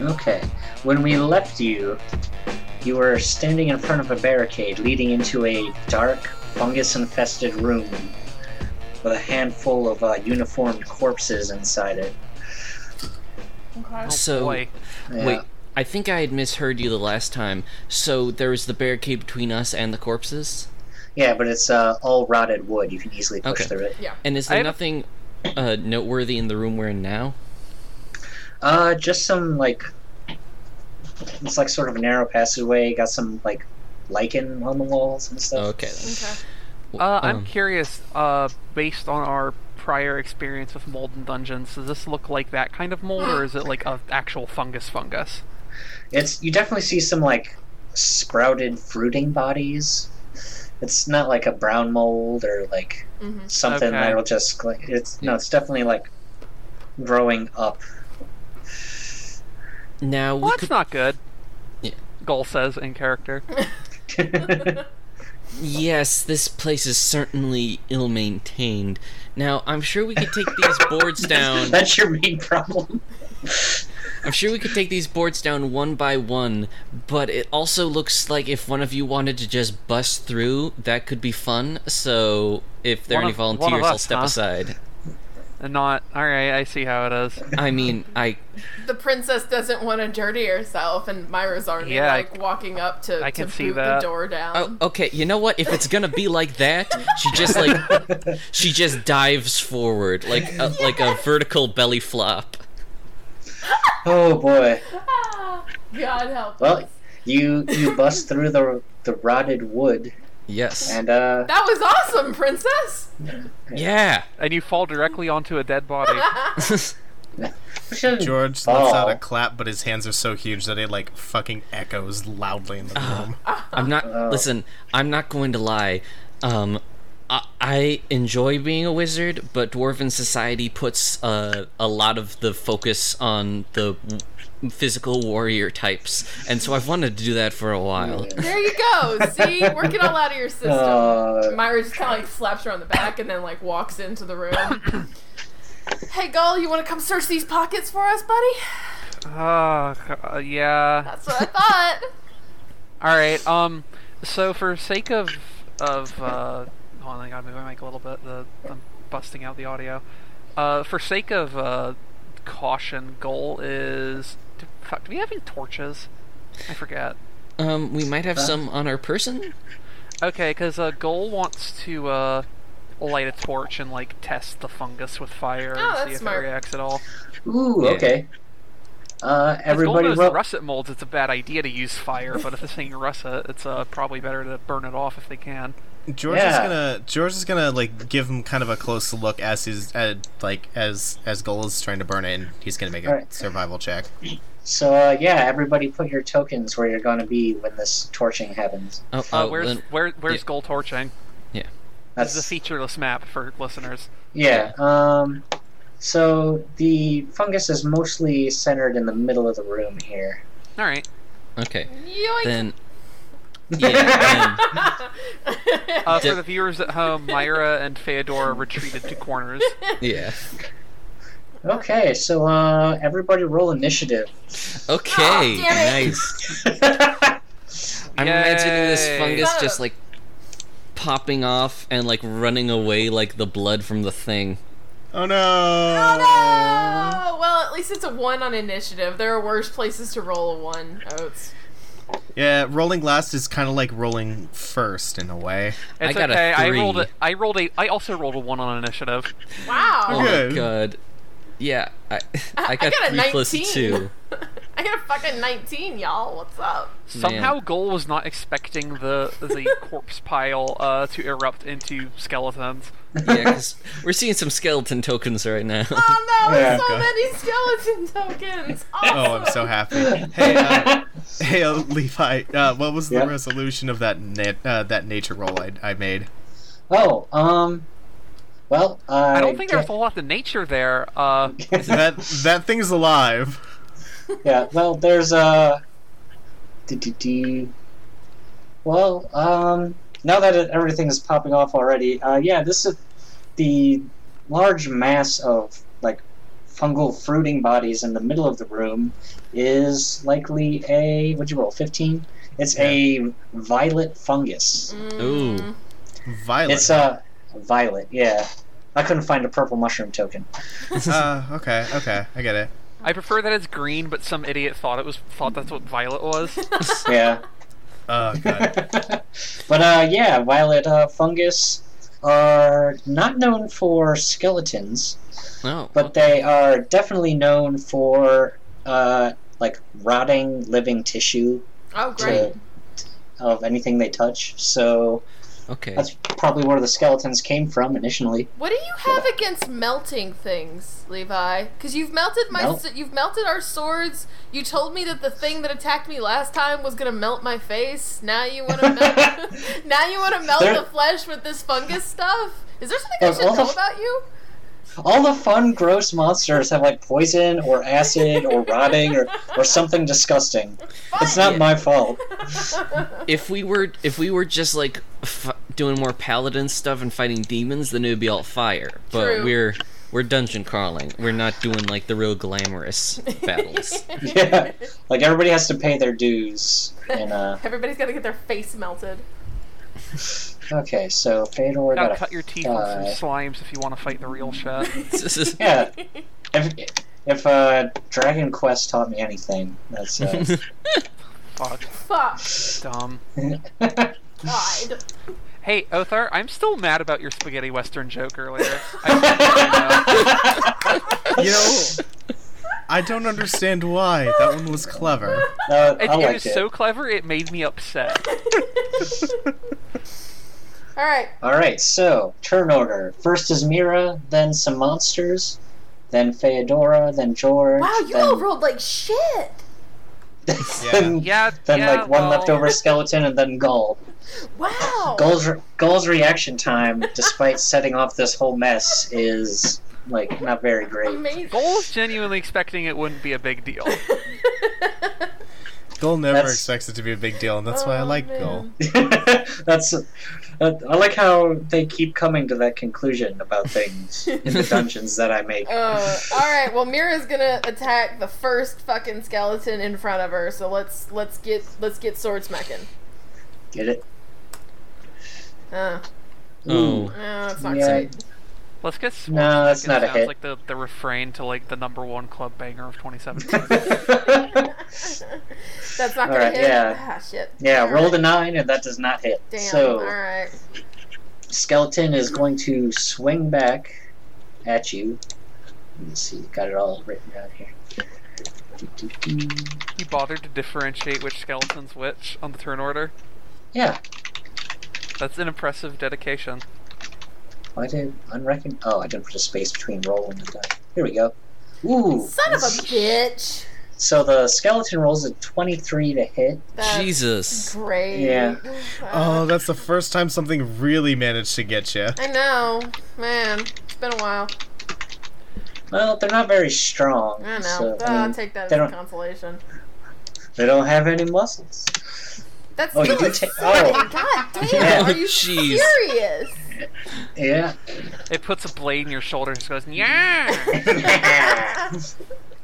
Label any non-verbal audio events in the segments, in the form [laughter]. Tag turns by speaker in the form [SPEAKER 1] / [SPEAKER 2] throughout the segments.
[SPEAKER 1] Okay. When we left you, you were standing in front of a barricade leading into a dark, fungus infested room with a handful of uh, uniformed corpses inside it.
[SPEAKER 2] Okay.
[SPEAKER 3] So,
[SPEAKER 4] Oh, Boy,
[SPEAKER 1] Yeah.
[SPEAKER 3] wait, I think I had misheard you the last time. So there was the barricade between us and the corpses,
[SPEAKER 1] Yeah, but it's uh, all rotted wood. You can easily push
[SPEAKER 3] Okay.
[SPEAKER 1] through it.
[SPEAKER 3] and is
[SPEAKER 4] I
[SPEAKER 3] there
[SPEAKER 4] have a-
[SPEAKER 3] nothing uh, noteworthy in the room we're in now?
[SPEAKER 1] Uh, just some like it's like sort of a narrow passageway. Got some like lichen on the walls and stuff.
[SPEAKER 3] Oh, Okay. Then.
[SPEAKER 2] Okay.
[SPEAKER 3] Well,
[SPEAKER 4] uh, I'm
[SPEAKER 3] um,
[SPEAKER 4] curious. Uh, based on our prior experience with mold and dungeons, does this look like that kind of mold, or is it like a actual fungus? Fungus.
[SPEAKER 1] It's you definitely see some like sprouted fruiting bodies. It's not like a brown mold or like
[SPEAKER 2] Mm-hmm.
[SPEAKER 1] something
[SPEAKER 4] Okay.
[SPEAKER 1] that'll just like it's no, it's definitely like growing
[SPEAKER 4] [laughs]
[SPEAKER 1] up.
[SPEAKER 3] Now we
[SPEAKER 4] Well, that's
[SPEAKER 3] could,
[SPEAKER 4] not good.
[SPEAKER 3] Yeah.
[SPEAKER 4] Gull says in character.
[SPEAKER 3] yes, this place is certainly ill maintained. Now I'm sure we could take these
[SPEAKER 4] [laughs]
[SPEAKER 3] boards down.
[SPEAKER 1] That's your main problem. [laughs]
[SPEAKER 3] I'm sure we could take these boards down one by one, but it also looks like if one of you wanted to just bust through, that could be fun. So if there are
[SPEAKER 4] One
[SPEAKER 3] any
[SPEAKER 4] of- one of
[SPEAKER 3] volunteers, I'll
[SPEAKER 4] us,
[SPEAKER 3] step
[SPEAKER 4] huh?
[SPEAKER 3] aside.
[SPEAKER 4] And not. All right, I see how it is.
[SPEAKER 3] I mean, I
[SPEAKER 2] The princess doesn't want to dirty herself, and Myra's already
[SPEAKER 4] Yeah, I-
[SPEAKER 2] like walking up to,
[SPEAKER 4] I can
[SPEAKER 2] to
[SPEAKER 4] see
[SPEAKER 2] boot
[SPEAKER 4] that.
[SPEAKER 2] the door down.
[SPEAKER 3] oh, okay. You know what? If it's gonna be like that, she just like [laughs] she just dives forward like a, like a vertical belly flop.
[SPEAKER 1] oh boy.
[SPEAKER 2] Ah, [laughs] God help
[SPEAKER 1] Well,
[SPEAKER 2] us.
[SPEAKER 1] You you bust through the the rotted wood
[SPEAKER 3] Yes.
[SPEAKER 1] and uh
[SPEAKER 2] That was awesome, princess.
[SPEAKER 3] Yeah.
[SPEAKER 4] And you fall directly onto a dead
[SPEAKER 3] [laughs]
[SPEAKER 4] body.
[SPEAKER 5] George lets out
[SPEAKER 1] Oh.
[SPEAKER 5] a clap, but his hands are so huge that it like fucking echoes loudly in the room. [laughs]
[SPEAKER 3] I'm not. Listen, I'm not going to lie. Um, I, I enjoy being a wizard, but dwarven society puts uh, a lot of the focus on the w- physical warrior types, and so I've wanted to do that for a while.
[SPEAKER 2] There you go.
[SPEAKER 4] [laughs]
[SPEAKER 2] See, work it all out of your system.
[SPEAKER 1] uh,
[SPEAKER 2] Myra just kind of like slaps her on the back and then like walks into the room. [coughs] hey, Gull, you want to come search these pockets for us, buddy?
[SPEAKER 4] Ah, uh, yeah.
[SPEAKER 2] That's what I thought.
[SPEAKER 4] All right. Um. So for sake of of uh, hold on, I gotta move my mic a little bit. The I'm busting out the audio. Uh, for sake of uh, caution, goal is do, fuck. Do we have any torches? I forget.
[SPEAKER 3] Um, we might have some on our person.
[SPEAKER 4] Okay, because uh, goal wants to uh light a torch and like test the fungus with fire
[SPEAKER 2] Oh,
[SPEAKER 4] and
[SPEAKER 2] that's
[SPEAKER 4] see if
[SPEAKER 2] smart.
[SPEAKER 4] it reacts at all. 'Cause
[SPEAKER 1] Ooh,
[SPEAKER 3] Yeah.
[SPEAKER 1] okay. Uh,
[SPEAKER 4] Goal
[SPEAKER 1] everybody,
[SPEAKER 4] knows
[SPEAKER 1] roll,
[SPEAKER 4] russet molds. It's a bad idea to use fire, but if this thing russet, it's uh, probably better to burn it off if they can.
[SPEAKER 5] George is
[SPEAKER 1] Yeah.
[SPEAKER 5] gonna George is gonna like give him kind of a close look as he's at, like as as Goal is trying to burn it, and he's gonna make a
[SPEAKER 1] Alright.
[SPEAKER 5] survival check.
[SPEAKER 1] so uh, yeah, everybody, put your tokens where you're going to be when this torching happens.
[SPEAKER 3] Oh,
[SPEAKER 4] Uh,
[SPEAKER 3] oh,
[SPEAKER 4] where's
[SPEAKER 3] then-
[SPEAKER 4] where, where's
[SPEAKER 3] yeah.
[SPEAKER 4] goal torching? This
[SPEAKER 1] That's
[SPEAKER 4] is a featureless map for listeners.
[SPEAKER 1] yeah. Um, so the fungus is mostly centered in the middle of the room here.
[SPEAKER 4] All right.
[SPEAKER 3] okay.
[SPEAKER 2] [laughs] Yoink. [laughs]
[SPEAKER 3] Then. Yeah. then-
[SPEAKER 2] [laughs]
[SPEAKER 4] Uh, for
[SPEAKER 3] Yeah.
[SPEAKER 4] the viewers at home, Myra and Feodora retreated to corners.
[SPEAKER 3] [laughs] yeah.
[SPEAKER 1] Okay, so uh, everybody, roll initiative.
[SPEAKER 3] Okay.
[SPEAKER 2] damn it.
[SPEAKER 3] nice.
[SPEAKER 1] yeah,
[SPEAKER 3] I'm imagining this
[SPEAKER 4] Yay.
[SPEAKER 3] fungus
[SPEAKER 2] No.
[SPEAKER 3] just like popping off and like running away like the blood from the thing.
[SPEAKER 5] Oh no!
[SPEAKER 2] Oh, well, at least it's a one on initiative. There are worse places to roll a one, Oats.
[SPEAKER 5] Yeah, rolling last is kind of like rolling first in
[SPEAKER 1] [laughs]
[SPEAKER 5] a way.
[SPEAKER 4] It's
[SPEAKER 3] got a
[SPEAKER 4] okay. I
[SPEAKER 3] three.
[SPEAKER 4] rolled a. I rolled a. I also rolled a one on initiative.
[SPEAKER 2] Wow.
[SPEAKER 3] Oh my
[SPEAKER 5] Good.
[SPEAKER 3] god. Yeah, I, I, got,
[SPEAKER 2] got a
[SPEAKER 3] three plus
[SPEAKER 2] 19.
[SPEAKER 3] two.
[SPEAKER 2] [laughs] I got a fucking 19, y'all. What's
[SPEAKER 3] [laughs]
[SPEAKER 2] up?
[SPEAKER 4] Somehow, Goal was not expecting the the corpse pile uh, to erupt into skeletons.
[SPEAKER 3] Yeah, 'cause we're seeing some skeleton tokens
[SPEAKER 2] [laughs]
[SPEAKER 3] right now.
[SPEAKER 2] Oh no,
[SPEAKER 1] Yeah.
[SPEAKER 2] so many skeleton
[SPEAKER 3] [laughs]
[SPEAKER 2] tokens. Awesome.
[SPEAKER 5] Oh, I'm so happy. Hey,
[SPEAKER 1] [laughs]
[SPEAKER 5] uh, hey, uh, Levi. Uh, what was the
[SPEAKER 1] Yeah?
[SPEAKER 5] resolution of that na- uh, that nature roll I, I made?
[SPEAKER 1] Oh, um, well, I,
[SPEAKER 4] I don't think there
[SPEAKER 1] guess-
[SPEAKER 4] was a lot of nature there. Uh,
[SPEAKER 5] that that thing's alive.
[SPEAKER 1] Yeah, well, there's a. do-do-do. Well, um, now that it, everything is popping off already, uh, yeah, this is the large mass of like fungal fruiting bodies in the middle of the room is likely a what'd you roll? Fifteen. It's a violet fungus.
[SPEAKER 2] Um,
[SPEAKER 3] Ooh.
[SPEAKER 5] Violet.
[SPEAKER 1] It's a violet. Yeah, I couldn't find a purple mushroom token.
[SPEAKER 5] uh, okay, okay, I get it.
[SPEAKER 4] I prefer that it's green, but some idiot thought it was thought that's what violet was.
[SPEAKER 1] Yeah.
[SPEAKER 5] Oh god.
[SPEAKER 1] but uh, yeah, violet uh, fungus are not known for skeletons,
[SPEAKER 3] No.
[SPEAKER 1] but they are definitely known for uh, like rotting living tissue
[SPEAKER 2] Oh, great.
[SPEAKER 1] to, of anything they touch. So
[SPEAKER 3] okay.
[SPEAKER 1] that's probably where the skeletons came from initially.
[SPEAKER 2] What do you have against melting things, Levi? Because you've melted my,
[SPEAKER 1] Melt?
[SPEAKER 2] s- you've melted our swords. You told me that the thing that attacked me last time was gonna melt my face. Now you want to
[SPEAKER 1] [laughs]
[SPEAKER 2] melt. [laughs] now you want to melt
[SPEAKER 1] There-
[SPEAKER 2] the flesh with this fungus stuff. Is there something I
[SPEAKER 1] There's
[SPEAKER 2] should
[SPEAKER 1] all the
[SPEAKER 2] know
[SPEAKER 1] f- [laughs]
[SPEAKER 2] about you?
[SPEAKER 1] All the fun, gross monsters have like poison or acid or rotting or, or something disgusting. It's not my fault.
[SPEAKER 3] if we were if we were just like f- doing more paladin stuff and fighting demons, then it would be all fire. But
[SPEAKER 2] True.
[SPEAKER 3] we're we're dungeon crawling. We're not doing like the real glamorous
[SPEAKER 2] [laughs]
[SPEAKER 3] battles. [laughs]
[SPEAKER 1] Yeah. Like everybody has to pay their dues and uh
[SPEAKER 2] Everybody's gotta get their face melted.
[SPEAKER 1] Okay, so Fedor
[SPEAKER 4] Now
[SPEAKER 1] got a uh,
[SPEAKER 4] cut your teeth on some
[SPEAKER 1] five.
[SPEAKER 4] slimes if you want to fight the real shit.
[SPEAKER 3] This is-
[SPEAKER 1] Yeah. If, if uh, Dragon Quest taught me anything, that's uh,
[SPEAKER 3] Oh, [laughs]
[SPEAKER 1] [laughs]
[SPEAKER 4] Fuck,
[SPEAKER 2] [laughs] Fuck.
[SPEAKER 4] dumb.
[SPEAKER 1] [laughs]
[SPEAKER 2] God.
[SPEAKER 4] Hey, Othar, I'm still mad about your spaghetti western joke earlier.
[SPEAKER 5] You know, I don't understand why that one was clever.
[SPEAKER 1] [laughs] no,
[SPEAKER 4] It,
[SPEAKER 1] I
[SPEAKER 4] it
[SPEAKER 1] liked
[SPEAKER 4] was
[SPEAKER 1] it.
[SPEAKER 4] so clever, it made me upset.
[SPEAKER 2] All right.
[SPEAKER 1] All right, so turn order. First is Mira, then some monsters, then Feodora, then George.
[SPEAKER 2] Wow, you
[SPEAKER 1] then,
[SPEAKER 2] all
[SPEAKER 1] [laughs]
[SPEAKER 2] rolled like shit.
[SPEAKER 1] then,
[SPEAKER 4] Yeah,
[SPEAKER 1] then
[SPEAKER 4] yeah,
[SPEAKER 1] like one
[SPEAKER 4] well,
[SPEAKER 1] leftover skeleton, and then Gull.
[SPEAKER 2] Wow.
[SPEAKER 1] Gull's, re- Gull's reaction time, despite setting off this whole mess, is like not very great.
[SPEAKER 2] Amazing.
[SPEAKER 4] Goal was genuinely expecting it wouldn't be a big deal.
[SPEAKER 5] Goal never
[SPEAKER 1] That's-
[SPEAKER 5] expects it to be a big deal, and that's why I
[SPEAKER 2] Oh,
[SPEAKER 5] like
[SPEAKER 2] man.
[SPEAKER 5] [laughs] Goal.
[SPEAKER 1] [laughs] That's. Uh, I like how they keep coming to that conclusion about things in the dungeons that I make.
[SPEAKER 2] Uh, all right. Well, Mira's gonna attack the first fucking skeleton in front of her. So let's let's get let's get sword smacking.
[SPEAKER 1] Get it?
[SPEAKER 2] Uh,
[SPEAKER 3] oh,
[SPEAKER 2] no, it's not
[SPEAKER 1] Yeah. [laughs]
[SPEAKER 2] great.
[SPEAKER 4] Let's get Swords
[SPEAKER 1] No,
[SPEAKER 4] back.
[SPEAKER 1] that's
[SPEAKER 4] It
[SPEAKER 1] not a
[SPEAKER 4] sounds
[SPEAKER 1] hit.
[SPEAKER 4] like the, the refrain to like the number one club banger of 2017.
[SPEAKER 2] [laughs] That's not gonna
[SPEAKER 1] Alright,
[SPEAKER 2] hit.
[SPEAKER 1] yeah.
[SPEAKER 2] Ah, shit.
[SPEAKER 1] [laughs] yeah,
[SPEAKER 2] All
[SPEAKER 1] roll
[SPEAKER 2] right.
[SPEAKER 1] the nine, and that does not hit.
[SPEAKER 2] Damn.
[SPEAKER 1] so,
[SPEAKER 2] all right.
[SPEAKER 1] skeleton is going to swing back at you. Let me see. Got it all written down here. Do-do-do.
[SPEAKER 4] you bothered to differentiate which skeleton's which on the turn order.
[SPEAKER 1] Yeah.
[SPEAKER 4] That's an impressive dedication.
[SPEAKER 1] Why did unrecon? Oh, I didn't put a space between roll and the die. Here we go. Ooh.
[SPEAKER 2] Son of a bitch.
[SPEAKER 1] So the skeleton rolls a twenty-three to hit.
[SPEAKER 2] That's
[SPEAKER 3] Jesus.
[SPEAKER 2] Great.
[SPEAKER 1] Yeah.
[SPEAKER 2] Uh,
[SPEAKER 5] Oh, that's the first time something really managed to get you.
[SPEAKER 2] I know, man. It's been a while.
[SPEAKER 1] Well, they're not very strong.
[SPEAKER 2] I know.
[SPEAKER 1] So,
[SPEAKER 2] Uh,
[SPEAKER 1] I
[SPEAKER 2] I'll
[SPEAKER 1] mean,
[SPEAKER 2] take that
[SPEAKER 1] they
[SPEAKER 2] as a
[SPEAKER 1] don't-
[SPEAKER 2] consolation.
[SPEAKER 1] they don't have any muscles.
[SPEAKER 2] That's
[SPEAKER 1] Oh, you
[SPEAKER 2] still
[SPEAKER 1] do
[SPEAKER 2] a
[SPEAKER 1] take-
[SPEAKER 2] seven.
[SPEAKER 1] oh.
[SPEAKER 2] God damn.
[SPEAKER 1] Yeah.
[SPEAKER 2] Are you
[SPEAKER 3] Jeez.
[SPEAKER 2] serious? [laughs]
[SPEAKER 1] Yeah.
[SPEAKER 4] It puts a blade in your shoulder and just goes,
[SPEAKER 1] [laughs]
[SPEAKER 4] yeah.
[SPEAKER 1] [laughs]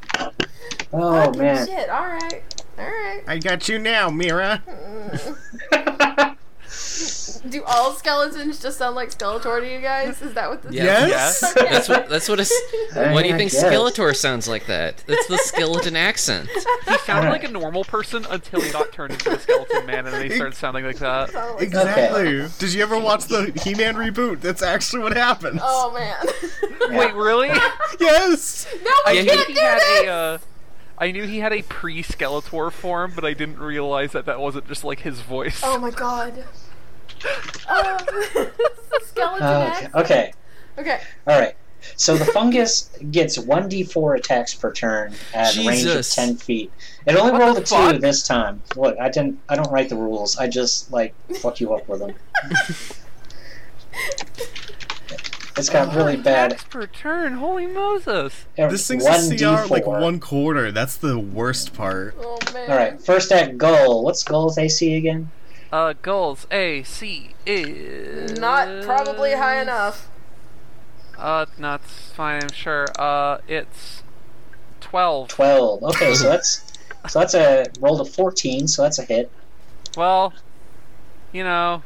[SPEAKER 1] oh
[SPEAKER 2] Fucking
[SPEAKER 1] man.
[SPEAKER 2] Shit. All right. All right. Mm.
[SPEAKER 5] I got you now, Mira.
[SPEAKER 2] Do all skeletons just sound like Skeletor to you guys? Is that what this
[SPEAKER 3] Yeah.
[SPEAKER 5] Yes.
[SPEAKER 4] Yes.
[SPEAKER 3] That's what. That's what.
[SPEAKER 2] [laughs]
[SPEAKER 3] A, s-
[SPEAKER 1] I
[SPEAKER 3] why do
[SPEAKER 1] mean,
[SPEAKER 3] you
[SPEAKER 1] I
[SPEAKER 3] think
[SPEAKER 1] guess.
[SPEAKER 3] Skeletor sounds like that? That's the skeleton
[SPEAKER 2] [laughs]
[SPEAKER 3] accent.
[SPEAKER 4] he sounded like a normal person until he got turned into a skeleton
[SPEAKER 1] [laughs]
[SPEAKER 4] man, and then he started sounding like that.
[SPEAKER 2] sounded like?
[SPEAKER 5] Exactly. Did you ever watch the He-Man reboot? That's actually what happens.
[SPEAKER 2] Oh man. [laughs]
[SPEAKER 1] Yeah.
[SPEAKER 4] Wait, really?
[SPEAKER 5] Yes.
[SPEAKER 2] no, we
[SPEAKER 3] Yeah, he-
[SPEAKER 2] can't do
[SPEAKER 4] he had
[SPEAKER 2] this.
[SPEAKER 4] a. Uh, I knew he had a pre-Skeletor form, but I didn't realize that that wasn't just like his voice.
[SPEAKER 2] Oh
[SPEAKER 1] [laughs]
[SPEAKER 2] my god. [laughs] Oh, skeleton
[SPEAKER 1] Okay.
[SPEAKER 2] axe.
[SPEAKER 1] Uh, okay.
[SPEAKER 2] Okay.
[SPEAKER 1] All right. So the fungus gets one d4 attacks per turn at a range of
[SPEAKER 3] Jesus.
[SPEAKER 1] ten feet. It only
[SPEAKER 4] What
[SPEAKER 1] rolled
[SPEAKER 4] the
[SPEAKER 1] a two
[SPEAKER 4] fuck?
[SPEAKER 1] this time. Look, I didn't. I don't write the rules. I just like fuck you up with
[SPEAKER 2] [laughs]
[SPEAKER 1] them. it's got
[SPEAKER 5] [laughs]
[SPEAKER 1] really bad.
[SPEAKER 4] Attacks per turn, holy Moses!
[SPEAKER 5] This thing's
[SPEAKER 1] one
[SPEAKER 5] a CR like
[SPEAKER 1] D4.
[SPEAKER 5] one quarter. That's the worst part.
[SPEAKER 2] Oh man.
[SPEAKER 1] All right. First at goal. What's goal's AC again?
[SPEAKER 4] Uh, goals AC is
[SPEAKER 2] Not probably high enough.
[SPEAKER 4] Uh, no, it's fine. I'm sure. Uh, it's Twelve.
[SPEAKER 1] Twelve. Okay, so that's so that's a roll to fourteen. So that's a hit.
[SPEAKER 4] Well, you know,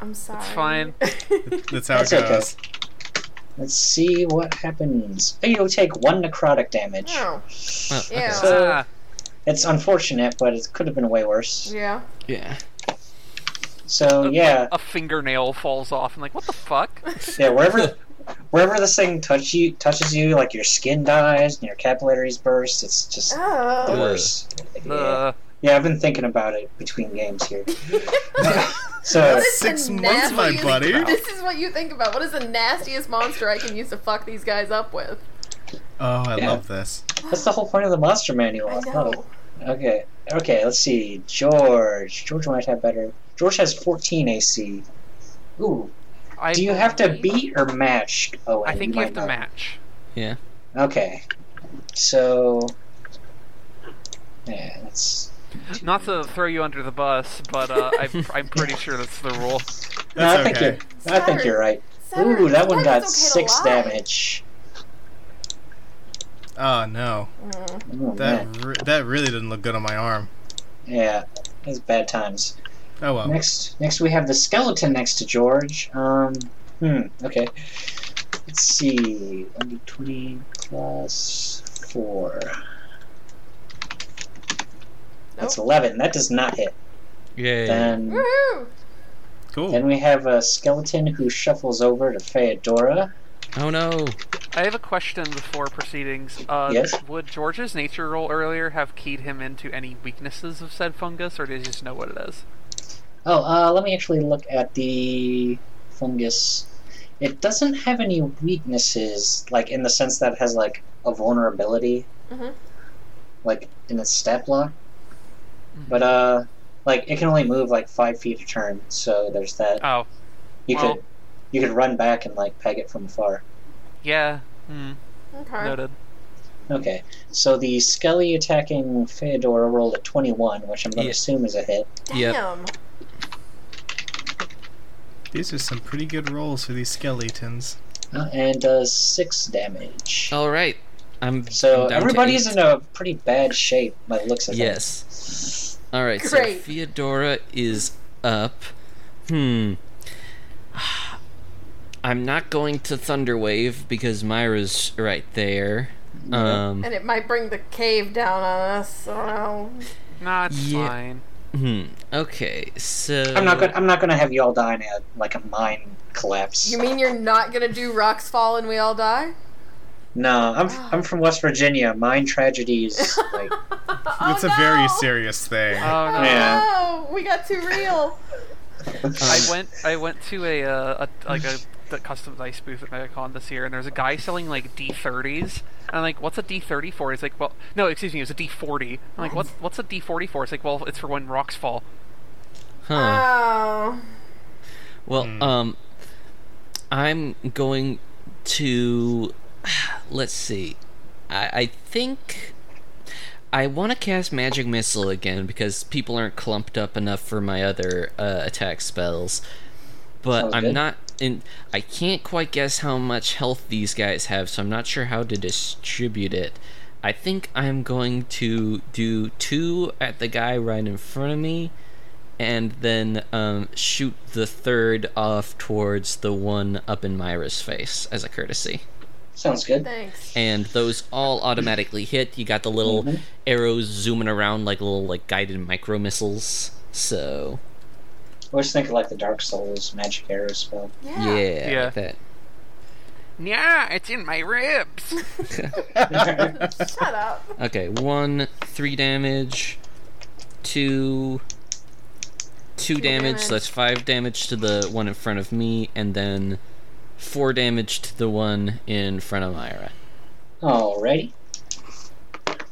[SPEAKER 2] I'm sorry. [laughs]
[SPEAKER 4] fine.
[SPEAKER 5] That's how
[SPEAKER 1] That's
[SPEAKER 5] it
[SPEAKER 1] okay.
[SPEAKER 5] goes.
[SPEAKER 1] Let's see what happens. Oh, You'll take one necrotic damage.
[SPEAKER 2] No.
[SPEAKER 3] Well, okay.
[SPEAKER 2] Yeah.
[SPEAKER 1] So-
[SPEAKER 4] ah,
[SPEAKER 1] It's unfortunate, but it could have been way worse.
[SPEAKER 2] yeah.
[SPEAKER 3] Yeah.
[SPEAKER 1] So
[SPEAKER 4] a-
[SPEAKER 1] yeah,
[SPEAKER 4] a fingernail falls off. I'm like, what
[SPEAKER 2] [laughs]
[SPEAKER 4] the fuck?
[SPEAKER 1] yeah. Wherever, wherever this thing touch you, touches you, like your skin dies and your capillaries burst. It's just the
[SPEAKER 2] Oh.
[SPEAKER 3] Ugh.
[SPEAKER 1] worst. Yeah.
[SPEAKER 4] Uh,
[SPEAKER 1] Yeah, I've been thinking about it between games here. so
[SPEAKER 2] This is
[SPEAKER 5] Six
[SPEAKER 2] the
[SPEAKER 5] months, my
[SPEAKER 2] nastiest-
[SPEAKER 5] buddy.
[SPEAKER 2] [laughs] This is what you think about. What is the nastiest monster I can use to fuck these guys up with?
[SPEAKER 5] Oh, I
[SPEAKER 1] Yeah.
[SPEAKER 5] love this.
[SPEAKER 1] that's the whole point of the monster manual.
[SPEAKER 2] I
[SPEAKER 1] It's not a-
[SPEAKER 2] know.
[SPEAKER 1] Okay. Okay, let's see. George. George might have better. George has 14 AC. Ooh.
[SPEAKER 4] I,
[SPEAKER 1] Do you have to
[SPEAKER 2] believe-
[SPEAKER 1] beat or match? Oh,
[SPEAKER 4] I think you have to match.
[SPEAKER 1] Okay. So. Yeah, that's.
[SPEAKER 4] Not to throw you under the bus, but uh, [laughs] I'm, I'm pretty sure that's the rule.
[SPEAKER 1] No,
[SPEAKER 5] That's
[SPEAKER 1] I think
[SPEAKER 5] okay.
[SPEAKER 1] you're. I think
[SPEAKER 2] Saturn.
[SPEAKER 1] you're right.
[SPEAKER 2] Saturn,
[SPEAKER 1] Ooh, that one
[SPEAKER 2] sometimes
[SPEAKER 1] got
[SPEAKER 2] it's okay to
[SPEAKER 1] six
[SPEAKER 2] lie.
[SPEAKER 1] damage.
[SPEAKER 5] Oh no,
[SPEAKER 2] Mm.
[SPEAKER 1] Oh,
[SPEAKER 5] that
[SPEAKER 1] man.
[SPEAKER 5] re- that really didn't look good on my arm.
[SPEAKER 1] Yeah, that's bad times.
[SPEAKER 5] Oh well.
[SPEAKER 1] Next, next we have the skeleton next to George. Um, hmm. Okay. Let's see. Under twenty plus four. That's
[SPEAKER 2] Nope.
[SPEAKER 1] eleven. That does not hit.
[SPEAKER 3] Yay.
[SPEAKER 1] Then,
[SPEAKER 2] Woohoo!
[SPEAKER 5] Cool.
[SPEAKER 1] then we have a skeleton who shuffles over to Feodora.
[SPEAKER 3] Oh no.
[SPEAKER 4] I have a question before proceedings. Uh,
[SPEAKER 1] Yes?
[SPEAKER 4] Would George's nature roll earlier have keyed him into any weaknesses of said fungus, or did he just know what it is?
[SPEAKER 1] Oh, uh, let me actually look at the fungus. It doesn't have any weaknesses, like in the sense that it has like a vulnerability,
[SPEAKER 2] Mhm.
[SPEAKER 1] like in its stat block. But uh, like it can only move like five feet a turn, so there's that.
[SPEAKER 4] Oh,
[SPEAKER 1] You
[SPEAKER 4] well-
[SPEAKER 1] could you could run back and like peg it from afar.
[SPEAKER 4] yeah. Hmm,
[SPEAKER 2] Okay.
[SPEAKER 4] noted.
[SPEAKER 1] Okay, so the Skelly attacking Feodora rolled a twenty-one, which I'm going to
[SPEAKER 3] Yeah.
[SPEAKER 1] assume is a hit.
[SPEAKER 3] Yep.
[SPEAKER 2] Damn.
[SPEAKER 5] These are some pretty good rolls for these skeletons.
[SPEAKER 1] Uh, and does six damage.
[SPEAKER 3] All right. I'm
[SPEAKER 1] So
[SPEAKER 3] I'm down to
[SPEAKER 1] everybody's
[SPEAKER 3] eight.
[SPEAKER 1] in a pretty bad shape by the looks of it.
[SPEAKER 3] Yes. All right.
[SPEAKER 2] Great.
[SPEAKER 3] So Theodora is up. Hmm. [sighs] I'm not going to Thunderwave because Myra's right there. Um.
[SPEAKER 2] And it might bring the cave down on us. I don't know.
[SPEAKER 4] Nah, it's
[SPEAKER 3] Yeah.
[SPEAKER 4] fine.
[SPEAKER 3] Hmm. Okay. So
[SPEAKER 1] I'm not gonna I'm not gonna have you all die in a like a mine collapse.
[SPEAKER 2] You mean you're not gonna do rocks fall and we all die?
[SPEAKER 1] No, I'm I'm from West Virginia. Mine tragedies like
[SPEAKER 2] oh,
[SPEAKER 5] That's a very
[SPEAKER 2] no!
[SPEAKER 5] serious thing.
[SPEAKER 4] Oh no.
[SPEAKER 1] Yeah.
[SPEAKER 2] No, we got too real.
[SPEAKER 4] I went I went to a, uh, a like a the custom dice booth at MegaCon this year, and there's a guy selling like D30s. And I'm like, what's a D30 for? He's like, well, no, excuse me, it was a D40. I'm like, what's what's a D40 for? It's like, well, it's for when rocks fall.
[SPEAKER 3] Huh.
[SPEAKER 2] Oh.
[SPEAKER 3] Well, um, I'm going to. Let's see. I, I think I want to cast Magic Missile again because people aren't clumped up enough for my other uh, attack spells. But
[SPEAKER 1] Sounds
[SPEAKER 3] I'm
[SPEAKER 1] good.
[SPEAKER 3] not in. I can't quite guess how much health these guys have, so I'm not sure how to distribute it. I think I'm going to do two at the guy right in front of me, and then um, shoot the third off towards the one up in Myra's face as a courtesy.
[SPEAKER 1] sounds good.
[SPEAKER 2] Thanks.
[SPEAKER 3] And those all automatically hit. You got the little
[SPEAKER 1] Mhm.
[SPEAKER 3] arrows zooming around like little like guided micro missiles. So
[SPEAKER 1] I was thinking like the Dark Souls magic arrow spell. [laughs]
[SPEAKER 3] yeah,
[SPEAKER 2] Yeah.
[SPEAKER 4] Yeah.
[SPEAKER 3] like that.
[SPEAKER 4] Yeah, it's in my ribs.
[SPEAKER 2] Shut up.
[SPEAKER 3] [laughs] Okay, one three damage, two two damage.
[SPEAKER 2] damage.
[SPEAKER 3] So that's five damage to the one in front of me, and then four damage to the one in front of Myra.
[SPEAKER 1] Alrighty.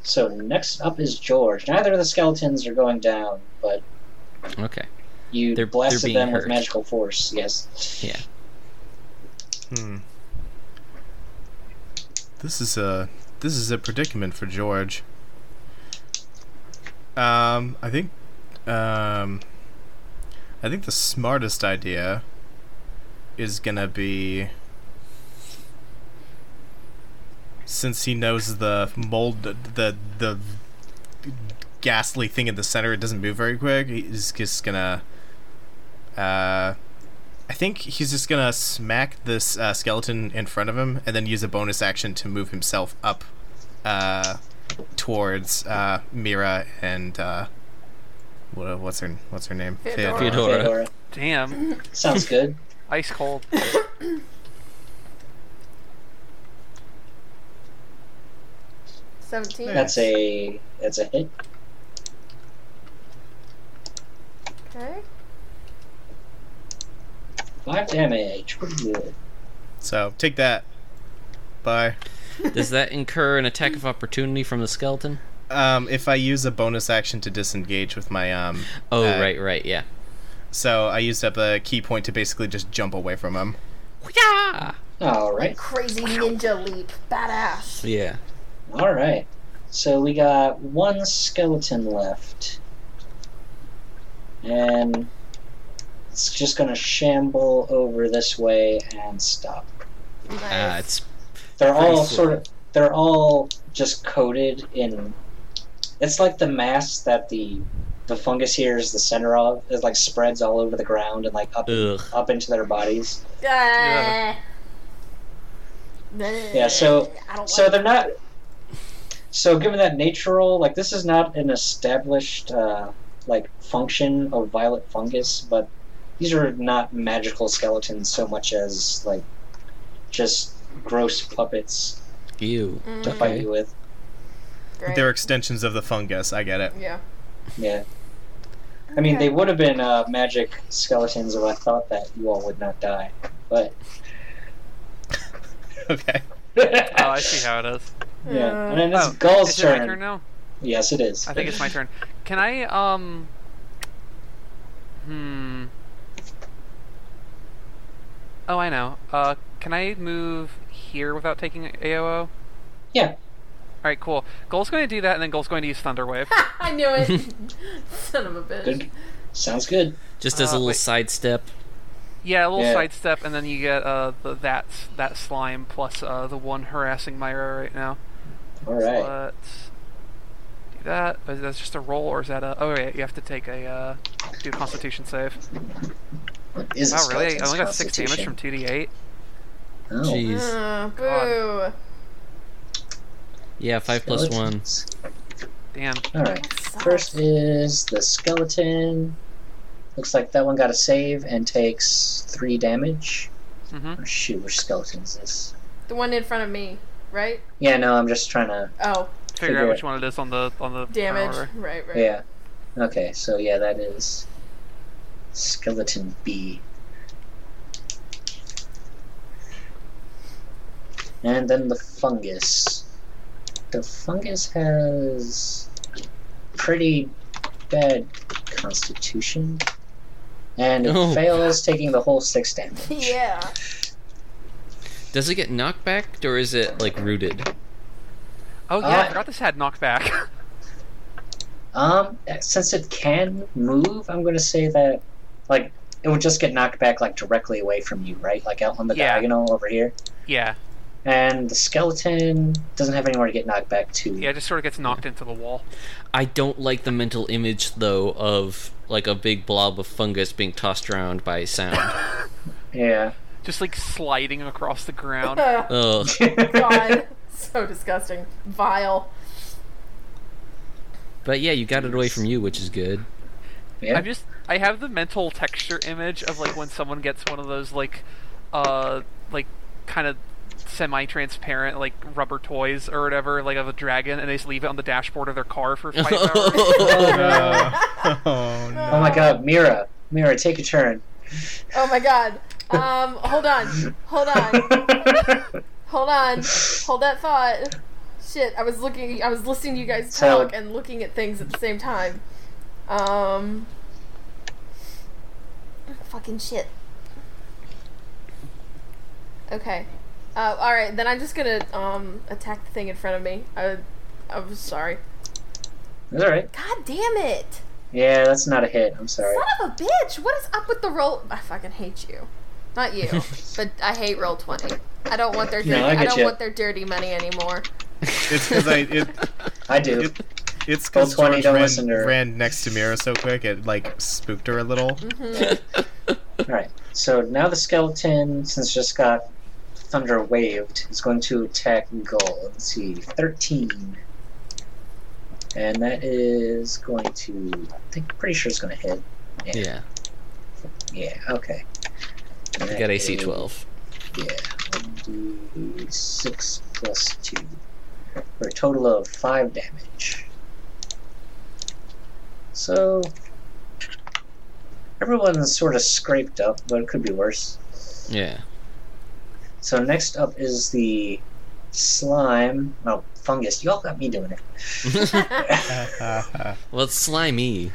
[SPEAKER 1] So next up is George. Neither of the skeletons are going down, but
[SPEAKER 3] Okay.
[SPEAKER 1] you
[SPEAKER 3] They're-
[SPEAKER 1] blasted
[SPEAKER 3] they're being
[SPEAKER 1] them with
[SPEAKER 3] hurt.
[SPEAKER 1] magical force. Yes.
[SPEAKER 3] Yeah.
[SPEAKER 5] Hmm. This is a this is a predicament for George. Um, I think, um, I think the smartest idea is gonna be since he knows the mold, the the ghastly thing in the center, it doesn't move very quick. He's just gonna. Uh, I think he's just gonna smack this uh, skeleton in front of him, and then use a bonus action to move himself up uh, towards uh, Mira and uh, what, what's her what's her name?
[SPEAKER 2] Theodora.
[SPEAKER 5] Theodora.
[SPEAKER 3] Theodora.
[SPEAKER 1] Fedora.
[SPEAKER 4] Damn,
[SPEAKER 1] Sounds good.
[SPEAKER 4] ice cold.
[SPEAKER 2] Seventeen.
[SPEAKER 1] That's a that's a hit.
[SPEAKER 2] Okay.
[SPEAKER 1] Five damage. Pretty good.
[SPEAKER 5] So take that. Bye.
[SPEAKER 3] [laughs] Does that incur an attack of opportunity from the skeleton?
[SPEAKER 5] Um, if I use a bonus action to disengage with my um,
[SPEAKER 3] Oh,
[SPEAKER 5] Uh,
[SPEAKER 3] right, right, yeah.
[SPEAKER 5] so I used up a key point to basically just jump away from him.
[SPEAKER 3] Yeah.
[SPEAKER 1] All right.
[SPEAKER 2] Crazy ninja leap. Badass.
[SPEAKER 3] Yeah.
[SPEAKER 1] All right. So we got one skeleton left. And it's just going to shamble over this way and stop.
[SPEAKER 3] Ah,
[SPEAKER 2] Nice.
[SPEAKER 3] it's
[SPEAKER 1] They're
[SPEAKER 3] Pretty
[SPEAKER 1] all
[SPEAKER 3] sweet.
[SPEAKER 1] sort of they're all just coated in it's like the mass that the the fungus here is the center of. It like spreads all over the ground and like up
[SPEAKER 3] ugh.
[SPEAKER 1] up into their bodies.
[SPEAKER 2] Uh,
[SPEAKER 4] Yeah.
[SPEAKER 2] Bleh.
[SPEAKER 1] Yeah, so-
[SPEAKER 2] I don't
[SPEAKER 1] So
[SPEAKER 2] like
[SPEAKER 1] they're not. So given that nature roll, like this is not an established uh, like function of violet fungus, but these are not magical skeletons so much as like just gross puppets
[SPEAKER 3] Ew.
[SPEAKER 2] Mm,
[SPEAKER 1] to fight
[SPEAKER 4] Mm-hmm.
[SPEAKER 3] Okay.
[SPEAKER 1] you with.
[SPEAKER 2] great.
[SPEAKER 5] They're extensions of the fungus. I get it. [laughs]
[SPEAKER 2] Yeah.
[SPEAKER 1] Yeah. I mean,
[SPEAKER 2] Okay.
[SPEAKER 1] they would have been uh, magic skeletons if I thought that you all would not die, but
[SPEAKER 5] Okay.
[SPEAKER 4] Oh, I see how it is.
[SPEAKER 1] [laughs]
[SPEAKER 2] Mm. Uh,
[SPEAKER 1] yeah, and then it's
[SPEAKER 4] Oh,
[SPEAKER 1] Gull's
[SPEAKER 4] Is it my
[SPEAKER 1] turn.
[SPEAKER 4] turn now?
[SPEAKER 1] Yes, it is.
[SPEAKER 4] I think it's my turn. Can I um? Hmm. Oh, I know. Uh, can I move here without taking AOO? All
[SPEAKER 1] Yeah.
[SPEAKER 4] right, cool. Goal's going to do that, and then Goal's going to use Thunder Wave.
[SPEAKER 2] I knew
[SPEAKER 1] [laughs]
[SPEAKER 2] it. Son of a bitch.
[SPEAKER 1] Good. Sounds good.
[SPEAKER 3] Just as a
[SPEAKER 4] Uh,
[SPEAKER 3] little
[SPEAKER 4] wait.
[SPEAKER 3] sidestep.
[SPEAKER 4] yeah, a little
[SPEAKER 1] Yeah.
[SPEAKER 4] sidestep, and then you get uh the, that that slime plus uh the one harassing Myra right now.
[SPEAKER 1] All
[SPEAKER 4] So
[SPEAKER 1] right.
[SPEAKER 4] let's do that. Is that just a roll, or is that a? Oh wait, you have to take a uh, do a Constitution save.
[SPEAKER 1] Is
[SPEAKER 4] Wow, really? I only got six damage from two d eight.
[SPEAKER 1] Oh.
[SPEAKER 3] Jeez.
[SPEAKER 2] Mm,
[SPEAKER 4] God.
[SPEAKER 2] boo.
[SPEAKER 3] Yeah, five plus one.
[SPEAKER 1] Skeletons.
[SPEAKER 4] Damn.
[SPEAKER 1] All right.
[SPEAKER 2] That sucks.
[SPEAKER 1] First is the skeleton. Looks like that one got a save and takes three damage.
[SPEAKER 4] Mm-hmm.
[SPEAKER 1] Oh, shoot, which skeleton is this?
[SPEAKER 2] the one in front of me, right?
[SPEAKER 1] Yeah, no, I'm just trying to.
[SPEAKER 2] Oh,
[SPEAKER 4] Figure
[SPEAKER 1] Figure
[SPEAKER 4] out
[SPEAKER 1] it.
[SPEAKER 4] which one it is on the on the
[SPEAKER 2] damage.
[SPEAKER 4] order.
[SPEAKER 2] Right, right.
[SPEAKER 1] Yeah. Okay, so yeah, that is skeleton B. And then the fungus. The fungus has pretty bad constitution. And it
[SPEAKER 3] No.
[SPEAKER 1] fails taking the whole six damage.
[SPEAKER 2] [laughs] Yeah.
[SPEAKER 3] Does it get knocked back or is it like rooted?
[SPEAKER 4] Oh yeah, I
[SPEAKER 1] Alright.
[SPEAKER 4] forgot this had knockback. [laughs]
[SPEAKER 1] Um, since it can move, I'm gonna say that, like, it would just get knocked back like directly away from you, right? Like out on the
[SPEAKER 4] Yeah.
[SPEAKER 1] diagonal over here.
[SPEAKER 4] yeah,
[SPEAKER 1] And the skeleton doesn't have anywhere to get knocked back to.
[SPEAKER 4] yeah, it just sort of gets knocked into the wall.
[SPEAKER 3] I don't like the mental image though of like a big blob of fungus being tossed around by [laughs] sound.
[SPEAKER 1] Yeah.
[SPEAKER 4] Just like sliding across
[SPEAKER 1] [laughs]
[SPEAKER 4] the ground.
[SPEAKER 2] God,
[SPEAKER 3] Ugh.
[SPEAKER 2] [laughs] so disgusting. Vile.
[SPEAKER 3] But yeah, you got it away from you, which is good.
[SPEAKER 1] yeah.
[SPEAKER 4] I'm just I have the mental texture image of like when someone gets one of those like uh like kind of semi-transparent like rubber toys or whatever like of a dragon and they just leave it on the dashboard of their car for
[SPEAKER 1] [laughs]
[SPEAKER 4] five hours.
[SPEAKER 5] No. oh no.
[SPEAKER 1] Oh my God, Mira, Mira, take a turn.
[SPEAKER 2] Oh my god. Um, hold on. Hold on.
[SPEAKER 1] [sighs]
[SPEAKER 2] Hold on. Hold that thought. Shit, I was looking I was listening to you guys
[SPEAKER 1] So-
[SPEAKER 2] talk and looking at things at the same time. Um fucking shit. Okay. Uh, all right, then I'm just going to um attack the thing in front of me. I I'm sorry.
[SPEAKER 1] [laughs] That's all right.
[SPEAKER 2] God damn it.
[SPEAKER 1] Yeah, that's not a hit. I'm sorry.
[SPEAKER 2] Son
[SPEAKER 1] [laughs]
[SPEAKER 2] of a bitch! What is up with the roll? I fucking hate you. Not you, but I hate roll twenty. I don't want their dirty,
[SPEAKER 1] No, I
[SPEAKER 2] I
[SPEAKER 1] get
[SPEAKER 2] don't
[SPEAKER 1] you.
[SPEAKER 2] want their dirty money anymore.
[SPEAKER 5] It's because I it,
[SPEAKER 1] I do.
[SPEAKER 5] it it's
[SPEAKER 1] Well,
[SPEAKER 5] because
[SPEAKER 1] 20
[SPEAKER 5] George
[SPEAKER 1] don't
[SPEAKER 5] ran,
[SPEAKER 1] listen to her.
[SPEAKER 5] ran next to Mira so quick it like spooked her a little.
[SPEAKER 2] Mm-hmm.
[SPEAKER 1] All right. So now the skeleton, since it just got thunder waved, is going to attack Gull. Let's see, thirteen, and that is going to. I think pretty sure it's going to hit.
[SPEAKER 3] [laughs] Yeah.
[SPEAKER 1] Yeah. Okay.
[SPEAKER 3] I got AC 12.
[SPEAKER 1] Yeah. One D six plus two, for a total of five damage. So everyone's sort of scraped up, but it could be worse.
[SPEAKER 3] Yeah.
[SPEAKER 1] So next up is the slime. Oh, fungus. Y'all got me doing it.
[SPEAKER 2] [laughs]
[SPEAKER 3] Well, it's slimy.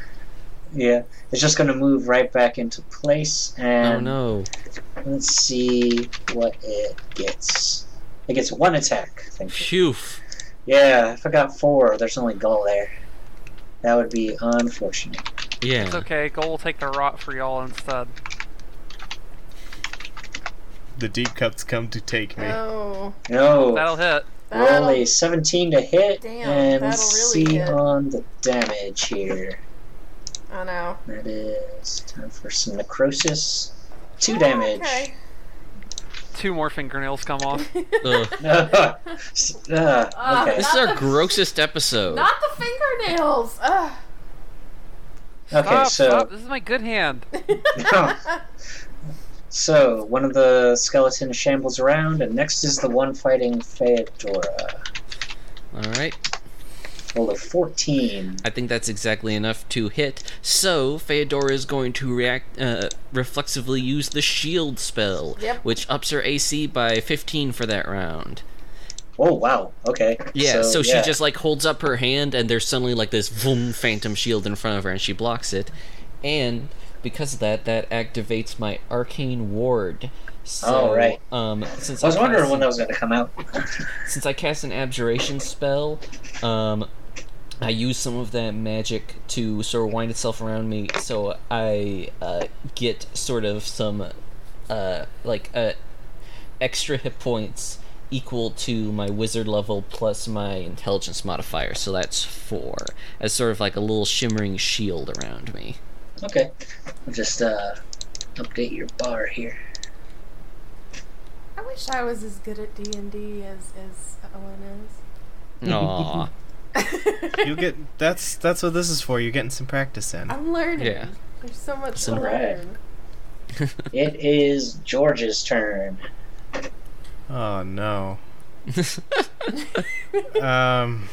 [SPEAKER 1] Yeah. It's just going to move right back into place.
[SPEAKER 3] Oh
[SPEAKER 1] And
[SPEAKER 3] no.
[SPEAKER 1] let's see what it gets. It gets one attack. Thank you.
[SPEAKER 3] Phew.
[SPEAKER 1] Yeah, if I got four, there's only goal there. That would be unfortunate.
[SPEAKER 4] It's
[SPEAKER 3] Yeah.
[SPEAKER 4] okay. Go will take the rot for y'all instead.
[SPEAKER 5] the deep cuts come to take me.
[SPEAKER 2] Oh,
[SPEAKER 1] No.
[SPEAKER 4] That'll hit.
[SPEAKER 1] Roll a
[SPEAKER 2] that'll,
[SPEAKER 1] 17 to hit
[SPEAKER 2] Damn,
[SPEAKER 1] and
[SPEAKER 2] that'll really
[SPEAKER 1] see
[SPEAKER 2] hit.
[SPEAKER 1] on the damage here.
[SPEAKER 2] Oh, I know.
[SPEAKER 1] That is time for some necrosis. Two
[SPEAKER 2] Oh,
[SPEAKER 1] damage.
[SPEAKER 2] Okay. [laughs]
[SPEAKER 4] Two more fingernails come off.
[SPEAKER 3] Ugh.
[SPEAKER 1] [laughs] Uh,
[SPEAKER 2] Ah,
[SPEAKER 1] okay.
[SPEAKER 3] This is our grossest episode.
[SPEAKER 2] Not the fingernails. Ugh.
[SPEAKER 1] Okay.
[SPEAKER 4] Stop,
[SPEAKER 1] So,
[SPEAKER 4] stop. This is my good hand.
[SPEAKER 1] [laughs] so one of the skeletons shambles around, and next is the one fighting Feodora.
[SPEAKER 3] Alright.
[SPEAKER 1] Roll a fourteen.
[SPEAKER 3] I think that's exactly enough to hit. So Feodora is going to react, uh, reflexively use the shield spell,
[SPEAKER 2] Yep.
[SPEAKER 3] which ups her AC by 15 for that round.
[SPEAKER 1] Oh wow. Okay.
[SPEAKER 3] Yeah. So,
[SPEAKER 1] yeah.
[SPEAKER 3] she just like holds up her hand, and there's suddenly like this boom phantom shield in front of her, and she blocks it. And because of that, that activates my arcane ward. So,
[SPEAKER 1] Oh, right.
[SPEAKER 3] Um, since
[SPEAKER 1] I was wondering
[SPEAKER 3] cast
[SPEAKER 1] when
[SPEAKER 3] an-
[SPEAKER 1] that was going to come out.
[SPEAKER 3] since I cast an abjuration spell, um, I use some of that magic to sort of wind itself around me, so I uh, get sort of some, uh, like uh, extra hit points equal to my wizard level plus my intelligence modifier. So that's four, as sort of like a little shimmering shield around me.
[SPEAKER 1] Okay. I'll just uh, update your bar here.
[SPEAKER 2] I wish I was as good at D and D as as Owen
[SPEAKER 3] Aww.
[SPEAKER 2] is.
[SPEAKER 5] You get that's that's what this is for. You're getting some practice
[SPEAKER 2] [laughs]
[SPEAKER 5] in.
[SPEAKER 2] I'm learning.
[SPEAKER 3] Yeah.
[SPEAKER 2] There's so much
[SPEAKER 3] Some-
[SPEAKER 2] to learn.
[SPEAKER 1] It is George's turn.
[SPEAKER 2] [laughs]
[SPEAKER 5] Oh no. um,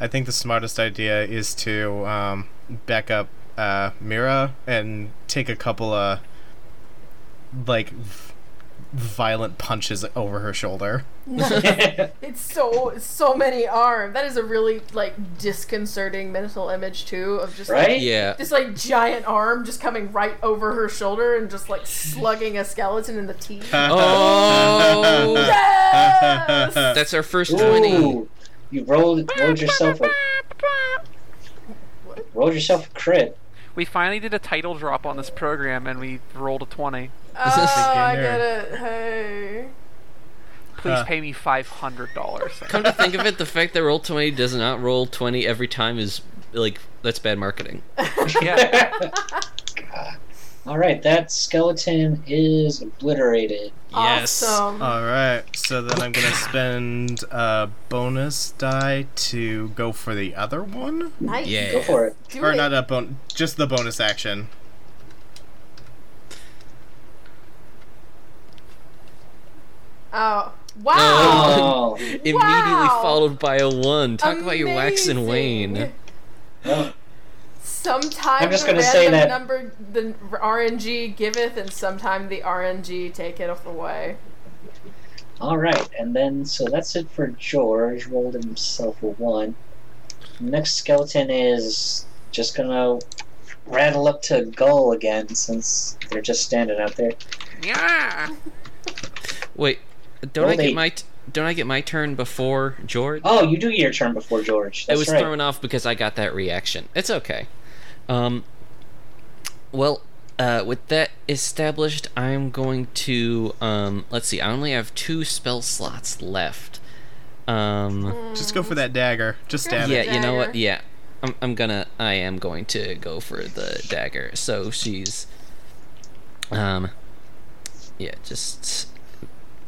[SPEAKER 5] I think the smartest idea is to um, back up uh, Mira and take a couple of like v- violent punches over
[SPEAKER 2] [laughs]
[SPEAKER 5] her shoulder.
[SPEAKER 2] It's so so many arm. That is a really like disconcerting mental image too of just like,
[SPEAKER 1] Right?
[SPEAKER 3] yeah.
[SPEAKER 2] this like giant arm just coming right over her shoulder and just like slugging a skeleton in the teeth.
[SPEAKER 3] Oh,
[SPEAKER 2] Yes!
[SPEAKER 3] that's our first twenty.
[SPEAKER 1] Ooh, you rolled rolled yourself a rolled yourself a crit.
[SPEAKER 4] We finally did a title drop on this program, and we rolled a twenty.
[SPEAKER 2] oh, I
[SPEAKER 5] Beginner.
[SPEAKER 2] get it. Hey.
[SPEAKER 4] Please
[SPEAKER 5] Huh.
[SPEAKER 4] pay me five hundred
[SPEAKER 1] [laughs]
[SPEAKER 4] dollars.
[SPEAKER 3] Come to think of it, the fact that roll twenty does not roll twenty every time is like that's bad marketing.
[SPEAKER 4] yeah.
[SPEAKER 1] All right, that skeleton is obliterated.
[SPEAKER 2] Awesome.
[SPEAKER 3] Uh,
[SPEAKER 5] All right, so then I'm gonna spend a bonus die to go for the other one,
[SPEAKER 2] nice. [laughs]
[SPEAKER 3] Yeah. uh,
[SPEAKER 1] Go for it.
[SPEAKER 2] Do
[SPEAKER 5] or
[SPEAKER 2] it.
[SPEAKER 5] not a bon, just the bonus action.
[SPEAKER 2] oh. Wow.
[SPEAKER 1] Oh,
[SPEAKER 3] Immediately
[SPEAKER 2] Wow.
[SPEAKER 3] followed by a one. Talk about your wax and wane.
[SPEAKER 2] Amazing.
[SPEAKER 1] well,
[SPEAKER 2] Sometimes
[SPEAKER 1] I'm just
[SPEAKER 2] the
[SPEAKER 1] gonna say
[SPEAKER 2] random
[SPEAKER 1] that-
[SPEAKER 2] number the RNG giveth, and sometimes the RNG taketh away.
[SPEAKER 1] all right, and then so that's it for George. Rolled himself a one. Next skeleton is just gonna rattle up to Gull again since they're just standing out there.
[SPEAKER 4] yeah.
[SPEAKER 3] Wait, don't
[SPEAKER 1] Roll
[SPEAKER 3] I get
[SPEAKER 1] eight.
[SPEAKER 3] my t- don't I get my turn before George?
[SPEAKER 1] Oh, you do your turn before George.
[SPEAKER 3] I
[SPEAKER 1] That's
[SPEAKER 3] was
[SPEAKER 1] right.
[SPEAKER 3] thrown off because I got that reaction. It's okay. Um, well, uh, with that established, I'm going to um, let's see. I only have two spell slots left. Um,
[SPEAKER 5] Just go
[SPEAKER 2] Mm.
[SPEAKER 5] for that dagger. Just stab
[SPEAKER 3] yeah,
[SPEAKER 5] it.
[SPEAKER 3] you know what?
[SPEAKER 2] Dagger.
[SPEAKER 3] Yeah, I'm, I'm gonna. I am going to go for the dagger. So she's, um, yeah. Just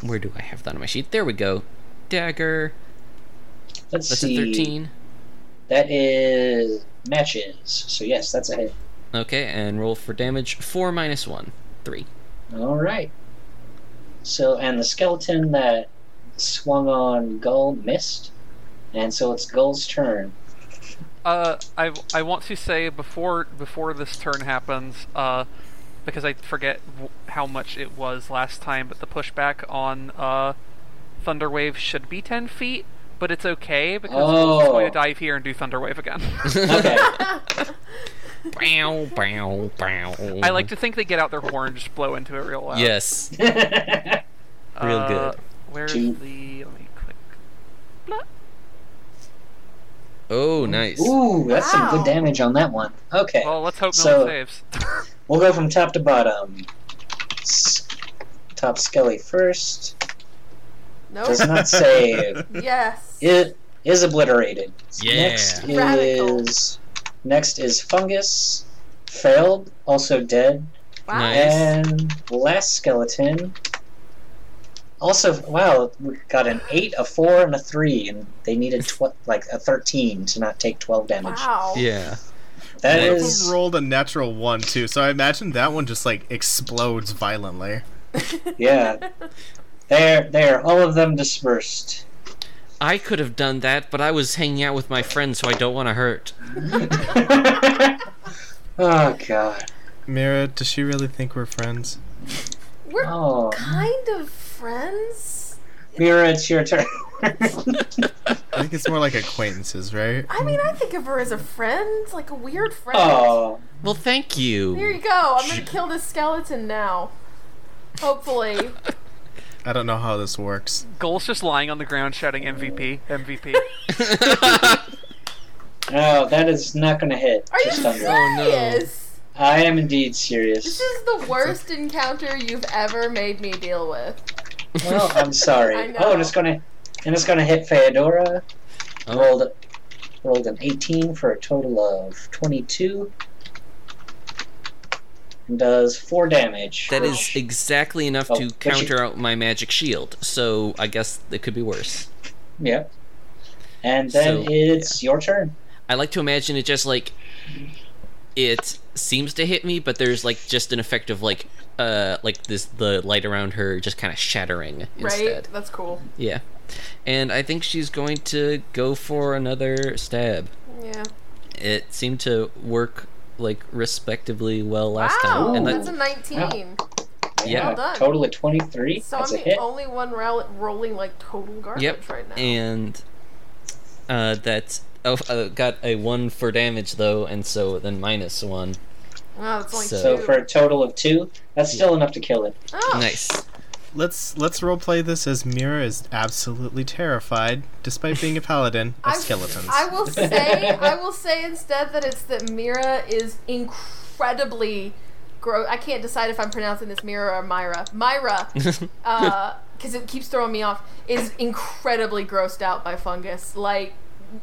[SPEAKER 3] where do I have that on my sheet? There we go. Dagger.
[SPEAKER 1] Let's
[SPEAKER 3] That's
[SPEAKER 1] see.
[SPEAKER 3] a thirteen.
[SPEAKER 1] That is matches. So yes, that's a hit.
[SPEAKER 3] Okay, and roll for damage. Four minus one. Three.
[SPEAKER 1] All right. So and the skeleton that swung on Gull missed, and so it's Gull's
[SPEAKER 3] [laughs]
[SPEAKER 1] turn.
[SPEAKER 4] Uh, I, I want to say before before this turn happens, uh, because I forget w- how much it was last time, but the pushback on uh, Thunderwave should be 10 feet, but it's okay because I'm just
[SPEAKER 1] Oh.
[SPEAKER 4] going to dive here and do Thunderwave
[SPEAKER 3] [laughs]
[SPEAKER 4] again.
[SPEAKER 1] Okay. [laughs]
[SPEAKER 3] Bow, bow, bow.
[SPEAKER 4] I like to think they get out their horn and just blow into it real loud.
[SPEAKER 3] Yes. real
[SPEAKER 4] Uh,
[SPEAKER 3] good.
[SPEAKER 4] Where's
[SPEAKER 1] Two.
[SPEAKER 4] the. Let me click. Blah.
[SPEAKER 3] Oh, nice.
[SPEAKER 1] Ooh, that's some
[SPEAKER 2] Wow.
[SPEAKER 1] good damage on that one. Okay.
[SPEAKER 4] Well, let's hope no
[SPEAKER 1] So-
[SPEAKER 4] one saves. [laughs]
[SPEAKER 1] We'll go from top to bottom. S- top Skelly first.
[SPEAKER 2] Nope.
[SPEAKER 1] Does not
[SPEAKER 2] [laughs]
[SPEAKER 1] save.
[SPEAKER 2] yes.
[SPEAKER 1] It is obliterated.
[SPEAKER 3] Yeah.
[SPEAKER 1] Next
[SPEAKER 2] Radical.
[SPEAKER 1] is next is fungus. Failed, also dead,
[SPEAKER 2] Wow.
[SPEAKER 3] Nice.
[SPEAKER 1] and last skeleton. Also, wow, we got an eight, a four, and a three, and they needed tw- like a thirteen to not take twelve damage.
[SPEAKER 2] Wow.
[SPEAKER 3] Yeah.
[SPEAKER 1] That
[SPEAKER 5] One of
[SPEAKER 1] is
[SPEAKER 5] them rolled a natural one too, so I imagine that one just like explodes violently.
[SPEAKER 2] [laughs]
[SPEAKER 1] yeah. There, there, all of them dispersed.
[SPEAKER 3] I could have done that, but I was hanging out with my friends, so I don't want to hurt.
[SPEAKER 1] oh god.
[SPEAKER 5] Mira, does she really think we're friends?
[SPEAKER 2] We're
[SPEAKER 1] Oh,
[SPEAKER 2] kind of friends.
[SPEAKER 1] Mira, it's your
[SPEAKER 2] [laughs]
[SPEAKER 1] turn.
[SPEAKER 5] I think it's more like acquaintances, right?
[SPEAKER 2] I mean, I think of her as a friend, like a weird friend.
[SPEAKER 1] oh,
[SPEAKER 3] Well, thank
[SPEAKER 2] Here you
[SPEAKER 3] [laughs] you.
[SPEAKER 2] go. I'm gonna kill this skeleton now. Hopefully.
[SPEAKER 5] I don't know how this works.
[SPEAKER 4] Goal's just lying on the ground shouting MVP, MVP.
[SPEAKER 1] no, that is not gonna hit.
[SPEAKER 2] Are you
[SPEAKER 1] Just under.
[SPEAKER 3] Oh,
[SPEAKER 2] serious?
[SPEAKER 1] I am indeed
[SPEAKER 2] This
[SPEAKER 1] serious.
[SPEAKER 2] is the worst encounter you've ever made me deal with. [laughs]
[SPEAKER 1] Well, I'm
[SPEAKER 2] I
[SPEAKER 1] sorry.
[SPEAKER 2] know.
[SPEAKER 1] Oh, and it's gonna, and it's gonna hit Feodora.
[SPEAKER 3] Oh.
[SPEAKER 1] Rolled, rolled an 18 for a total of 22. And does four damage.
[SPEAKER 3] that is exactly enough
[SPEAKER 1] Oh,
[SPEAKER 3] to
[SPEAKER 1] but you-
[SPEAKER 3] counter out my magic shield, so I guess it could be worse.
[SPEAKER 1] Yep. And then
[SPEAKER 3] So,
[SPEAKER 1] it's your turn.
[SPEAKER 3] I like to imagine it just like it seems to hit me, but there's like just an effect of like uh like this the light around her just kind of shattering instead.
[SPEAKER 2] Right? That's cool.
[SPEAKER 3] Yeah. And I think she's going to go for another stab.
[SPEAKER 2] Yeah.
[SPEAKER 3] It seemed to work like respectively well last
[SPEAKER 2] wow.
[SPEAKER 3] time. And
[SPEAKER 2] that's a
[SPEAKER 3] that,
[SPEAKER 2] 19.
[SPEAKER 3] Yeah.
[SPEAKER 2] Well done.
[SPEAKER 1] Total of 23.
[SPEAKER 2] So oh,
[SPEAKER 1] That's
[SPEAKER 2] I'm
[SPEAKER 1] a
[SPEAKER 2] the
[SPEAKER 1] hit.
[SPEAKER 2] only one rou- rolling like total garbage
[SPEAKER 3] Yep.
[SPEAKER 2] right now.
[SPEAKER 3] and uh that's oh uh, got a 1 for damage though and so then minus 1.
[SPEAKER 2] wow, that's only
[SPEAKER 3] So-
[SPEAKER 1] So
[SPEAKER 2] two.
[SPEAKER 1] for a total of two, that's still enough to kill it.
[SPEAKER 2] oh,
[SPEAKER 3] Nice.
[SPEAKER 5] Let's let's roleplay this as Mira is absolutely terrified, despite being a paladin of
[SPEAKER 2] I-
[SPEAKER 5] skeletons.
[SPEAKER 2] I will say, I will say instead that it's that Mira is incredibly gross. I can't decide if I'm pronouncing this Mira or Myra. Myra, because it keeps throwing me off, is incredibly grossed out by fungus. Like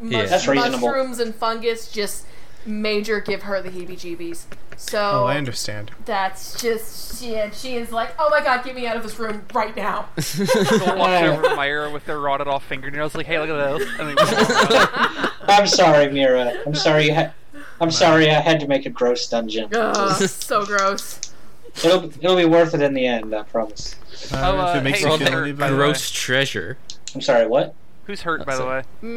[SPEAKER 2] mus-
[SPEAKER 3] Yeah. That's
[SPEAKER 1] reasonable.
[SPEAKER 2] mushrooms and fungus just major give her the heebie-jeebies. So
[SPEAKER 5] oh, I understand.
[SPEAKER 2] that's just shit. She is like, oh my god, get me out of this room right
[SPEAKER 5] [laughs]
[SPEAKER 2] now.
[SPEAKER 4] Goal walks over to Myra with their rotted off fingernails, like, hey, look at those. And they walk around.
[SPEAKER 1] I'm sorry, Mira. I'm sorry. You ha-
[SPEAKER 3] [laughs]
[SPEAKER 1] I'm sorry. I had to make a gross dungeon.
[SPEAKER 2] Ugh, so gross.
[SPEAKER 1] It'll it'll be worth it in the end. I promise.
[SPEAKER 5] Uh,
[SPEAKER 4] Oh,
[SPEAKER 5] if
[SPEAKER 4] uh,
[SPEAKER 5] it makes
[SPEAKER 4] hey,
[SPEAKER 5] you
[SPEAKER 4] Rob,
[SPEAKER 5] feel
[SPEAKER 4] they're
[SPEAKER 5] any better.
[SPEAKER 3] Gross treasure.
[SPEAKER 1] I'm sorry. What?
[SPEAKER 4] Who's hurt, by
[SPEAKER 3] That's
[SPEAKER 4] the
[SPEAKER 3] it.
[SPEAKER 4] way?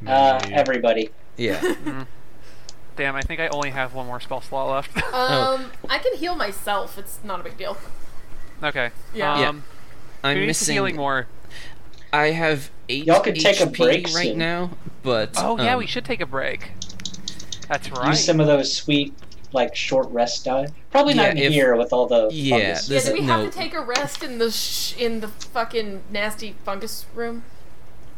[SPEAKER 2] Me.
[SPEAKER 1] Uh,
[SPEAKER 5] Maybe.
[SPEAKER 1] everybody.
[SPEAKER 3] Yeah.
[SPEAKER 4] [laughs] Damn, I think I only have one more spell slot left. [laughs]
[SPEAKER 3] Oh.
[SPEAKER 2] Um, I can heal myself. It's not a big deal.
[SPEAKER 4] okay.
[SPEAKER 2] Yeah.
[SPEAKER 4] Um,
[SPEAKER 3] Yeah.
[SPEAKER 4] Who
[SPEAKER 3] I'm
[SPEAKER 4] needs healing
[SPEAKER 3] missing
[SPEAKER 4] more?
[SPEAKER 3] I have 8
[SPEAKER 1] Y'all could take a
[SPEAKER 3] HP
[SPEAKER 1] break
[SPEAKER 3] right
[SPEAKER 1] soon.
[SPEAKER 3] now, but
[SPEAKER 4] Oh yeah,
[SPEAKER 3] um,
[SPEAKER 4] we should take a break. That's right.
[SPEAKER 1] Use some of those sweet like short rest die. Probably
[SPEAKER 3] Yeah,
[SPEAKER 1] not
[SPEAKER 3] if-
[SPEAKER 1] in here with all the
[SPEAKER 3] Yeah,
[SPEAKER 1] fungus.
[SPEAKER 2] Yeah,
[SPEAKER 3] This
[SPEAKER 2] do we
[SPEAKER 3] is-
[SPEAKER 2] have
[SPEAKER 3] no.
[SPEAKER 2] to take a rest in the sh- in the fucking nasty fungus room?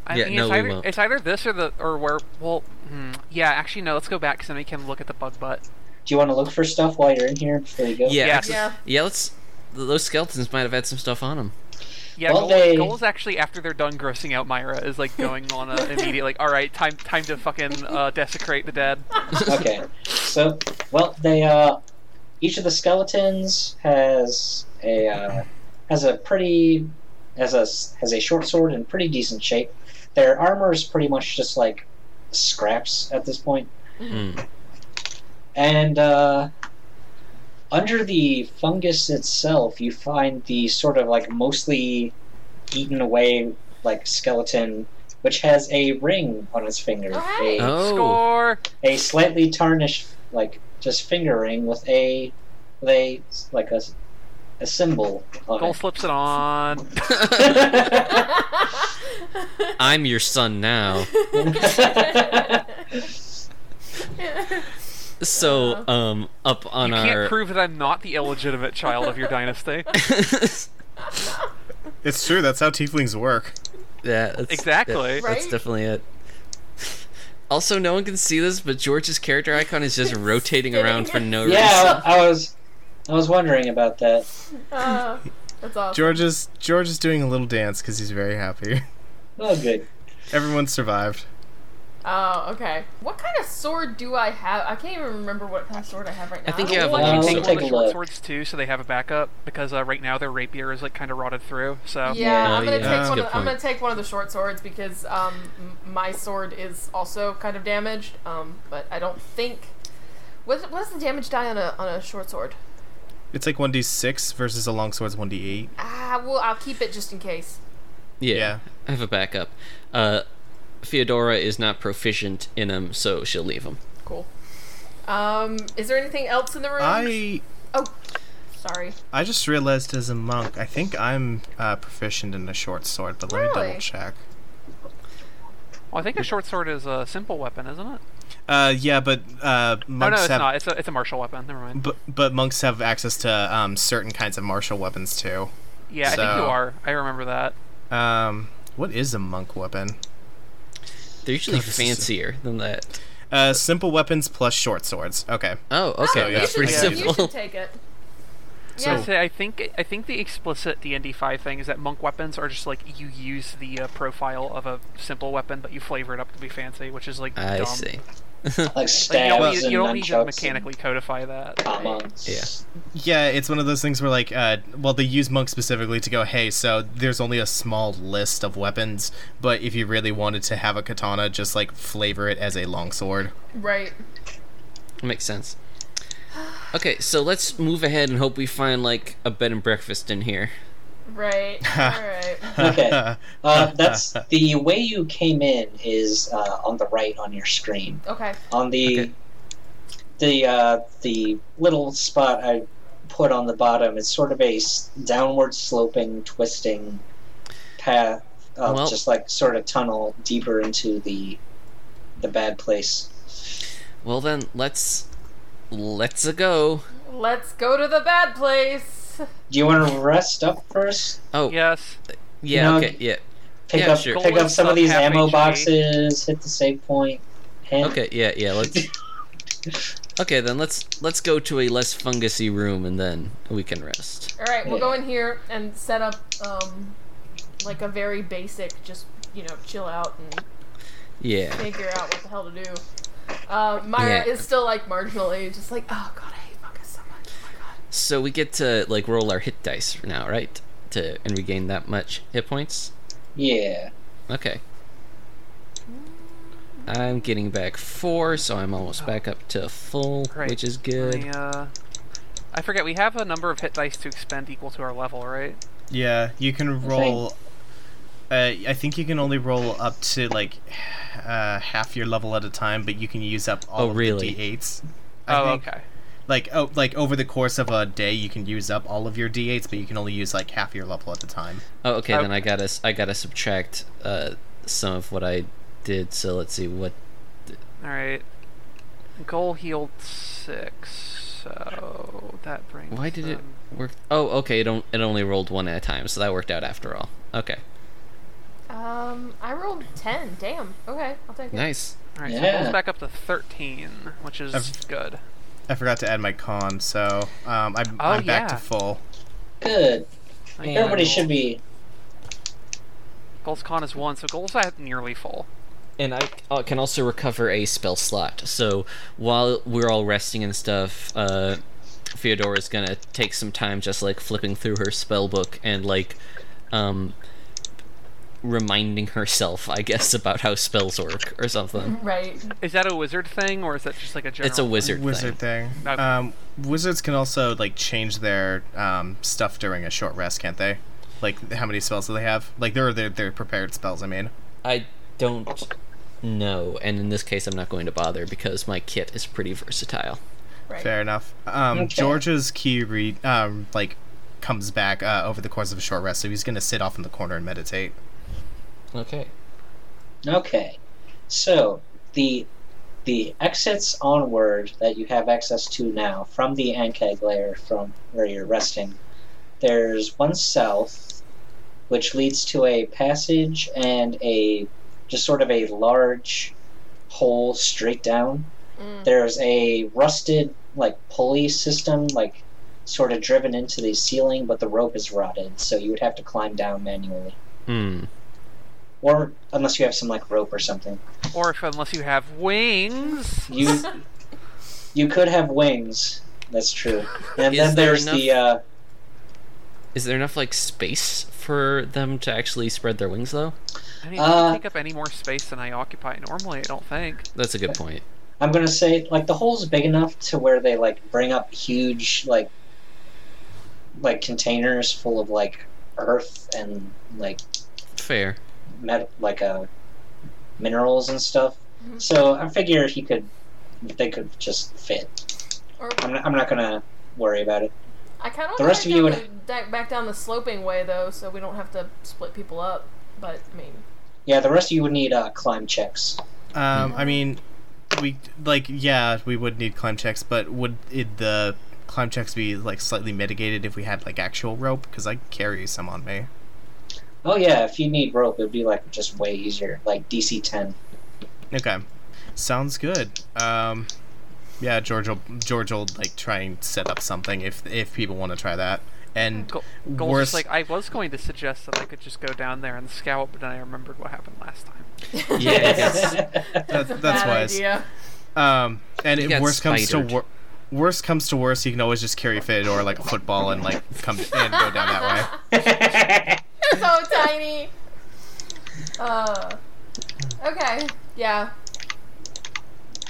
[SPEAKER 4] I
[SPEAKER 3] Yeah,
[SPEAKER 4] mean,
[SPEAKER 3] no,
[SPEAKER 4] it's,
[SPEAKER 3] we
[SPEAKER 4] either,
[SPEAKER 3] won't.
[SPEAKER 4] it's either this or the or where. Well, hmm, yeah. Actually, no. Let's go back so we can look at the bug butt.
[SPEAKER 1] Do you want to look for stuff while you're in here before you go?
[SPEAKER 3] Yeah.
[SPEAKER 4] Yeah.
[SPEAKER 3] actually-
[SPEAKER 2] Yeah.
[SPEAKER 3] yeah, let's. Those skeletons might have had some stuff on
[SPEAKER 1] [laughs]
[SPEAKER 3] them.
[SPEAKER 4] Yeah,
[SPEAKER 1] Well,
[SPEAKER 4] goal,
[SPEAKER 1] they-
[SPEAKER 4] goals actually after they're done grossing out Myra is like going on a immediate like, all right, time time to fucking uh, desecrate the dead.
[SPEAKER 1] okay. So, well, they uh, each of the skeletons has a uh, has a pretty has a s- has a short sword in pretty decent shape. Their armor is pretty much just like scraps at this point.
[SPEAKER 3] Mm.
[SPEAKER 1] And uh, under the fungus itself, you find the sort of like mostly eaten away like skeleton, which has a ring on its finger,
[SPEAKER 2] Alright.
[SPEAKER 1] a,
[SPEAKER 3] Oh.
[SPEAKER 4] Score.
[SPEAKER 1] a slightly tarnished like just finger ring with a with a like a, a symbol on
[SPEAKER 4] Goal slips
[SPEAKER 3] [laughs]
[SPEAKER 4] it on.
[SPEAKER 1] it.
[SPEAKER 3] I'm your son
[SPEAKER 4] [laughs]
[SPEAKER 3] now. [laughs] So,
[SPEAKER 4] Uh-huh.
[SPEAKER 3] um, up on
[SPEAKER 4] you
[SPEAKER 3] our.
[SPEAKER 4] can't prove that I'm not the illegitimate child of your dynasty.
[SPEAKER 3] [laughs]
[SPEAKER 5] It's true. That's how tieflings work.
[SPEAKER 3] yeah, that's,
[SPEAKER 4] Exactly.
[SPEAKER 3] that- that's
[SPEAKER 2] Right?
[SPEAKER 3] definitely it. Also, no one can see this, but George's character icon
[SPEAKER 2] [laughs]
[SPEAKER 3] is just rotating around for no
[SPEAKER 1] [laughs]
[SPEAKER 3] reason.
[SPEAKER 1] yeah, I was I was wondering about that.
[SPEAKER 2] [laughs] Uh, that's awesome.
[SPEAKER 5] George is George is doing a little dance because he's very happy. [laughs]
[SPEAKER 1] Oh, good.
[SPEAKER 5] Everyone survived.
[SPEAKER 2] Oh, okay. What kind of sword do I have? I can't even remember what kind of sword I have right now.
[SPEAKER 3] I think
[SPEAKER 2] don't
[SPEAKER 3] you have
[SPEAKER 2] know.
[SPEAKER 3] one.
[SPEAKER 4] Like,
[SPEAKER 1] Uh,
[SPEAKER 4] you
[SPEAKER 1] let
[SPEAKER 4] take
[SPEAKER 1] me take
[SPEAKER 4] one
[SPEAKER 1] a
[SPEAKER 4] of the short
[SPEAKER 1] look.
[SPEAKER 4] swords too, so they have a backup because uh, right now their rapier is like kind of rotted through. So
[SPEAKER 2] Yeah,
[SPEAKER 3] Oh,
[SPEAKER 2] I'm gonna take
[SPEAKER 3] yeah.
[SPEAKER 5] That's
[SPEAKER 2] one.
[SPEAKER 3] a
[SPEAKER 2] Of,
[SPEAKER 3] good
[SPEAKER 2] I'm gonna
[SPEAKER 3] point.
[SPEAKER 2] take one of the short swords because um, m- my sword is also kind of damaged. Um, but I don't think. What what does the damage die on a on a short sword?
[SPEAKER 5] It's like one d six versus a longsword's one d eight.
[SPEAKER 2] Ah, well, I'll keep it just in case.
[SPEAKER 3] Yeah,
[SPEAKER 5] Yeah.
[SPEAKER 3] I have a backup. Uh, Feodora is not proficient in them, so she'll leave them.
[SPEAKER 2] Cool. Um, is there anything else in the room?
[SPEAKER 5] I
[SPEAKER 2] Oh, sorry.
[SPEAKER 5] I just realized as a monk, I think I'm uh, proficient in a short sword, but let me
[SPEAKER 2] Really?
[SPEAKER 5] double check.
[SPEAKER 4] well, I think a short sword is a simple weapon, isn't it?
[SPEAKER 5] Uh, yeah, but uh,
[SPEAKER 4] Oh no,
[SPEAKER 5] monks
[SPEAKER 4] it's
[SPEAKER 5] have
[SPEAKER 4] not. It's a it's a martial weapon. Never mind.
[SPEAKER 5] but, but monks have access to um, certain kinds of martial weapons too.
[SPEAKER 4] Yeah, I think you
[SPEAKER 5] So-
[SPEAKER 4] are. I remember that.
[SPEAKER 5] Um, what is a monk weapon?
[SPEAKER 3] They're usually
[SPEAKER 5] God, this is-
[SPEAKER 3] fancier than that.
[SPEAKER 5] Uh, simple weapons plus short swords. Okay.
[SPEAKER 3] Oh, okay,
[SPEAKER 5] yeah,
[SPEAKER 2] you
[SPEAKER 3] that's
[SPEAKER 2] should,
[SPEAKER 3] pretty
[SPEAKER 5] yeah,
[SPEAKER 2] you
[SPEAKER 3] simple.
[SPEAKER 2] should take it.
[SPEAKER 5] So-
[SPEAKER 1] Oh.
[SPEAKER 2] yeah.
[SPEAKER 4] So I think I think the explicit D and D five thing is that monk weapons are just like you use the uh, profile of a simple weapon, but you flavor it up to be fancy, which is like
[SPEAKER 3] I
[SPEAKER 4] dumb.
[SPEAKER 3] see.
[SPEAKER 1] Like
[SPEAKER 4] Like, you don't
[SPEAKER 1] stabs
[SPEAKER 4] need, you don't
[SPEAKER 1] and
[SPEAKER 4] need to
[SPEAKER 1] nunchucks [laughs]
[SPEAKER 4] mechanically codify that.
[SPEAKER 1] and commas.
[SPEAKER 3] Yeah.
[SPEAKER 5] Yeah, it's one of those things where like, uh, well, they use monks specifically to go, hey, so there's only a small list of weapons, but if you really wanted to have a katana, just like flavor it as a longsword.
[SPEAKER 2] Right.
[SPEAKER 3] Makes sense. Okay, so let's move ahead and hope we find like a bed and breakfast in here.
[SPEAKER 5] [laughs]
[SPEAKER 2] Right. All right.
[SPEAKER 1] Okay. Uh,
[SPEAKER 4] [laughs]
[SPEAKER 1] that's the way you came in is uh, on the right on your screen.
[SPEAKER 2] Okay.
[SPEAKER 1] On the
[SPEAKER 3] Okay.
[SPEAKER 1] the uh, the little spot I put on the bottom is sort of a s- downward sloping, twisting path, uh,
[SPEAKER 3] Well-
[SPEAKER 1] just like sort of tunnel deeper into the the bad place.
[SPEAKER 3] Well then, let's let's a go.
[SPEAKER 2] Let's go to the bad place.
[SPEAKER 1] Do you want to rest up first?
[SPEAKER 3] Oh yeah,
[SPEAKER 4] Yes.
[SPEAKER 1] you know,
[SPEAKER 3] okay, yeah,
[SPEAKER 1] Pick
[SPEAKER 3] Yeah,
[SPEAKER 1] up
[SPEAKER 3] sure.
[SPEAKER 1] pick
[SPEAKER 4] Goal
[SPEAKER 1] up
[SPEAKER 4] is
[SPEAKER 1] some of
[SPEAKER 4] up
[SPEAKER 1] these
[SPEAKER 4] halfway,
[SPEAKER 1] ammo
[SPEAKER 4] Jimmy.
[SPEAKER 1] boxes. Hit the save point. And
[SPEAKER 3] [laughs] okay, yeah, yeah. Let's. Okay, then let's let's go to a less fungusy room and then we can rest.
[SPEAKER 2] All right, we'll
[SPEAKER 1] Yeah.
[SPEAKER 2] go in here and set up um, like a very basic, just you know, chill out and
[SPEAKER 3] Yeah,
[SPEAKER 2] figure out what the hell to do. Uh, Myra
[SPEAKER 3] Yeah.
[SPEAKER 2] is still like marginally, just like, oh god, I hate fungus so much. Oh my god.
[SPEAKER 3] so we get to like roll our hit dice for now, right? To and regain that much hit points.
[SPEAKER 1] Yeah.
[SPEAKER 3] Okay. I'm getting back four, so I'm almost back up to full,
[SPEAKER 4] Great.
[SPEAKER 3] which is
[SPEAKER 4] I,
[SPEAKER 3] good.
[SPEAKER 4] uh, I forget we have a number of hit dice to expend equal to our level, right?
[SPEAKER 5] Yeah, you can roll. Uh, I think you can only roll up to like uh, half your level at a time, but you can use up all
[SPEAKER 3] Oh, really?
[SPEAKER 5] of the d8s. I
[SPEAKER 4] oh,
[SPEAKER 5] think.
[SPEAKER 4] okay.
[SPEAKER 5] Like oh, like over the course of a day, you can use up all of your d8s, but you can only use like half your level at a time.
[SPEAKER 3] Oh, okay,
[SPEAKER 4] Oh.
[SPEAKER 3] then I gotta s- I gotta subtract uh, some of what I did. So let's see what.
[SPEAKER 4] All right. Goal healed six, so that brings.
[SPEAKER 3] Why did it
[SPEAKER 4] them-
[SPEAKER 3] work? Oh, okay, it, on- it only rolled one at a time, so that worked out after all. Okay,
[SPEAKER 2] Um, I rolled ten. Damn. Okay, I'll take it.
[SPEAKER 3] nice.
[SPEAKER 4] All right, so
[SPEAKER 1] Yeah.
[SPEAKER 4] goal's back up to thirteen, which is
[SPEAKER 5] I've-
[SPEAKER 4] good.
[SPEAKER 5] I forgot to add my con, so um, I'm, I'm back to
[SPEAKER 4] Oh, yeah.
[SPEAKER 5] full.
[SPEAKER 1] Good.
[SPEAKER 4] Hang on.
[SPEAKER 1] Everybody should be.
[SPEAKER 4] Goal's con is one, so goal's at nearly full.
[SPEAKER 3] and I uh, can also recover a spell slot. So while we're all resting and stuff, uh, Feodora's gonna take some time just like flipping through her spell book and like um, reminding herself, I guess, [laughs] about how spells work or something.
[SPEAKER 2] Right.
[SPEAKER 4] Is that a wizard thing, or is that just like a general?
[SPEAKER 3] It's a wizard,
[SPEAKER 5] Wizard
[SPEAKER 3] thing.
[SPEAKER 5] thing.
[SPEAKER 4] Okay.
[SPEAKER 5] Um, wizards can also like change their um, stuff during a short rest, can't they? Like how many spells do they have? Like they're their their prepared spells. I mean,
[SPEAKER 3] I don't know, and in this case, I'm not going to bother because my kit is pretty versatile.
[SPEAKER 2] Right.
[SPEAKER 5] fair enough. Um,
[SPEAKER 1] Okay.
[SPEAKER 5] George's key re- um, like comes back uh, over the course of a short rest, so he's gonna sit off in the corner and meditate.
[SPEAKER 3] Okay.
[SPEAKER 1] Okay. So the the exits onward that you have access to now from the Ankeg layer from where you're resting. There's one south, which leads to a passage and a just sort of a large hole straight down.
[SPEAKER 2] Mm.
[SPEAKER 1] There's a rusted like pulley system, like sort of driven into the ceiling, but the rope is rotted, so you would have to climb down manually.
[SPEAKER 3] Hmm.
[SPEAKER 1] Or unless you have some like rope or something.
[SPEAKER 4] Or if unless you have wings.
[SPEAKER 1] You you could have wings. That's true. And
[SPEAKER 3] Is
[SPEAKER 1] then
[SPEAKER 3] there
[SPEAKER 1] there's the uh,
[SPEAKER 3] Is there enough like space for them to actually spread their wings though?
[SPEAKER 4] I mean,
[SPEAKER 1] Uh,
[SPEAKER 4] I take up any more space than I occupy normally. I don't think.
[SPEAKER 3] That's a good point.
[SPEAKER 1] I'm gonna say like the hole's big enough to where they like bring up huge like like containers full of like earth and like
[SPEAKER 3] Fair.
[SPEAKER 1] met like uh, minerals and stuff.
[SPEAKER 2] Mhm.
[SPEAKER 1] So I figure he could they could just fit.
[SPEAKER 2] Or
[SPEAKER 1] I'm not, I'm not gonna worry about it.
[SPEAKER 2] I kind of
[SPEAKER 1] The rest of you would-
[SPEAKER 2] back down the sloping way though, so we don't have to split people up. But I mean,
[SPEAKER 1] Yeah, the rest of you would need uh, climb checks.
[SPEAKER 2] Hmm.
[SPEAKER 5] Um, I mean, we like yeah, we would need climb checks, but would it, the climb checks be like slightly mitigated if we had like actual rope? Because I carry some on me.
[SPEAKER 1] Oh yeah, if you need rope, it'd be like just way easier, like DC ten.
[SPEAKER 5] Okay, sounds good. Um, yeah, George will George will like try and set up something if if people want to try that. And
[SPEAKER 4] Go- Goal's
[SPEAKER 5] worse,
[SPEAKER 4] just like I was going to suggest that I could just go down there and scout, but then I remembered what happened last time.
[SPEAKER 3] Yeah. I guess.
[SPEAKER 5] that's,
[SPEAKER 2] a [laughs]
[SPEAKER 5] that's
[SPEAKER 2] bad
[SPEAKER 5] wise.
[SPEAKER 2] idea.
[SPEAKER 5] Um, and
[SPEAKER 3] You
[SPEAKER 5] if
[SPEAKER 3] got
[SPEAKER 5] worse comes to
[SPEAKER 3] spidered.
[SPEAKER 5] wor- worse comes to worse, you can always just carry Fedor like a football and like come and go down that
[SPEAKER 2] [laughs]
[SPEAKER 5] way.
[SPEAKER 2] so tiny. Uh, okay. Yeah.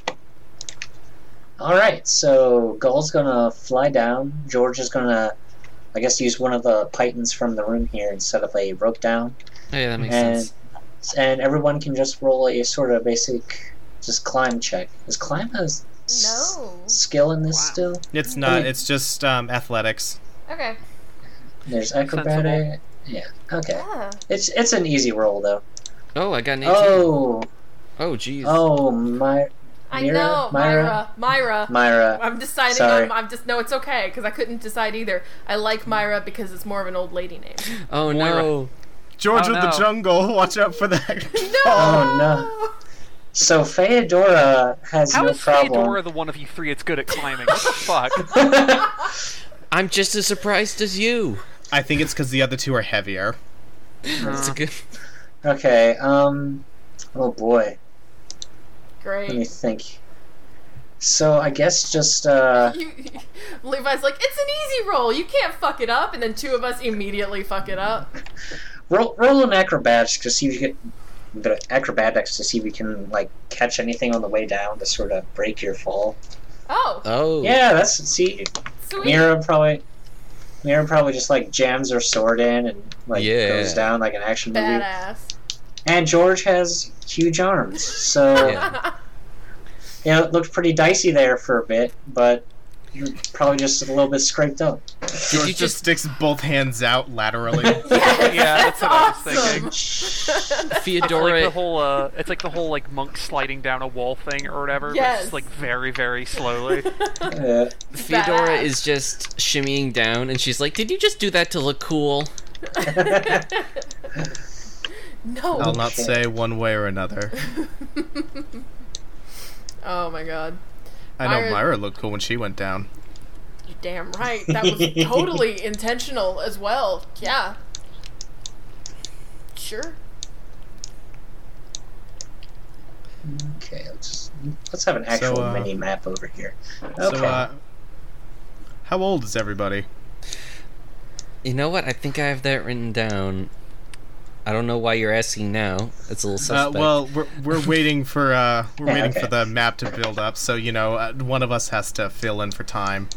[SPEAKER 1] [laughs] All right, so Gull's gonna fly down. George is gonna, I guess, use one of the pythons from the room here and set up a rope down,
[SPEAKER 3] Oh, [laughs] yeah, that makes
[SPEAKER 1] and
[SPEAKER 3] sense.
[SPEAKER 1] and everyone can just roll a sort of basic, just climb check. Is climb a s-
[SPEAKER 2] No.
[SPEAKER 1] skill in this
[SPEAKER 4] Wow.
[SPEAKER 1] still?
[SPEAKER 5] It's not. It's just um, athletics.
[SPEAKER 2] Okay.
[SPEAKER 1] There's
[SPEAKER 4] Sensible.
[SPEAKER 1] acrobatic. Yeah. Okay.
[SPEAKER 2] Yeah.
[SPEAKER 1] It's it's an easy roll though.
[SPEAKER 3] Oh, I got an 18.
[SPEAKER 1] Oh,
[SPEAKER 3] Oh, jeez.
[SPEAKER 1] oh, my
[SPEAKER 2] I
[SPEAKER 1] Mira?
[SPEAKER 2] know,
[SPEAKER 1] Myra?
[SPEAKER 2] Myra. Myra.
[SPEAKER 1] Myra.
[SPEAKER 2] I'm deciding
[SPEAKER 1] Sorry.
[SPEAKER 2] on. I'm just no. It's okay because I couldn't decide either. I like Myra because it's more of an old lady name. [laughs]
[SPEAKER 3] Oh, no.
[SPEAKER 5] George
[SPEAKER 4] Oh,
[SPEAKER 5] of the
[SPEAKER 4] no.
[SPEAKER 5] jungle, [laughs] watch out for that.
[SPEAKER 1] Oh no. So Feodora has
[SPEAKER 4] How
[SPEAKER 1] no
[SPEAKER 4] is Theodora
[SPEAKER 1] problem.
[SPEAKER 4] the one of you three that's good at climbing? What
[SPEAKER 3] [laughs]
[SPEAKER 4] the fuck?
[SPEAKER 1] [laughs]
[SPEAKER 3] I'm just as surprised as you.
[SPEAKER 5] I think it's because the other two are heavier.
[SPEAKER 3] That's a good. [laughs]
[SPEAKER 1] okay. Um. Oh boy. Let me
[SPEAKER 2] Great.
[SPEAKER 1] think. So I guess just uh
[SPEAKER 2] [laughs] You, Levi's like, it's an easy roll. You can't fuck it up. And then two of us immediately fuck it up.
[SPEAKER 1] roll, roll an acrobatics to see if you can the acrobatics to see if you can like catch anything on the way down to sort of break your fall.
[SPEAKER 2] Oh,
[SPEAKER 3] Oh.
[SPEAKER 1] Yeah, that's see
[SPEAKER 2] sweet.
[SPEAKER 1] Mira probably Mira probably just like jams her sword in and like
[SPEAKER 3] Yeah.
[SPEAKER 1] goes down like an action movie.
[SPEAKER 4] [laughs]
[SPEAKER 2] Badass.
[SPEAKER 1] And George has huge arms. So
[SPEAKER 3] Yeah.
[SPEAKER 1] you know, it looked pretty dicey there for a bit, but you're probably just a little bit scraped up.
[SPEAKER 5] George
[SPEAKER 3] you
[SPEAKER 5] just,
[SPEAKER 3] just-
[SPEAKER 5] sticks both hands out
[SPEAKER 1] [laughs]
[SPEAKER 5] laterally.
[SPEAKER 2] [laughs] Yes,
[SPEAKER 4] Yeah, that's what I was thinking.
[SPEAKER 2] [laughs]
[SPEAKER 4] Like the
[SPEAKER 3] Feodora.
[SPEAKER 4] whole, uh, it's like the whole like monk sliding down a wall thing or whatever. but it's
[SPEAKER 2] Yes.
[SPEAKER 4] just, like very,
[SPEAKER 2] [laughs]
[SPEAKER 4] very slowly.
[SPEAKER 1] Uh,
[SPEAKER 3] Feodora
[SPEAKER 2] Badass.
[SPEAKER 3] is just shimmying down, and she's like, "Did you just do that to look cool?"
[SPEAKER 2] no. [laughs]
[SPEAKER 5] I'll not say one way or another.
[SPEAKER 2] Oh my god.
[SPEAKER 5] I know
[SPEAKER 2] Myra-
[SPEAKER 5] Myra looked cool when she went down.
[SPEAKER 2] You damn right. That was totally intentional as well. Yeah. Sure.
[SPEAKER 1] Okay, let's let's have an
[SPEAKER 5] So,
[SPEAKER 1] actual
[SPEAKER 5] uh,
[SPEAKER 1] mini map over here.
[SPEAKER 5] So,
[SPEAKER 1] Okay.
[SPEAKER 5] uh, how old is everybody?
[SPEAKER 3] You know what? I think I have that written down. I don't know why you're asking now. It's a little
[SPEAKER 5] Uh,
[SPEAKER 3] suspect.
[SPEAKER 5] well, we're, we're waiting for uh, we're
[SPEAKER 1] Yeah,
[SPEAKER 5] waiting
[SPEAKER 1] okay.
[SPEAKER 5] for the map to build up. So you know, uh, one of us has to fill in for time.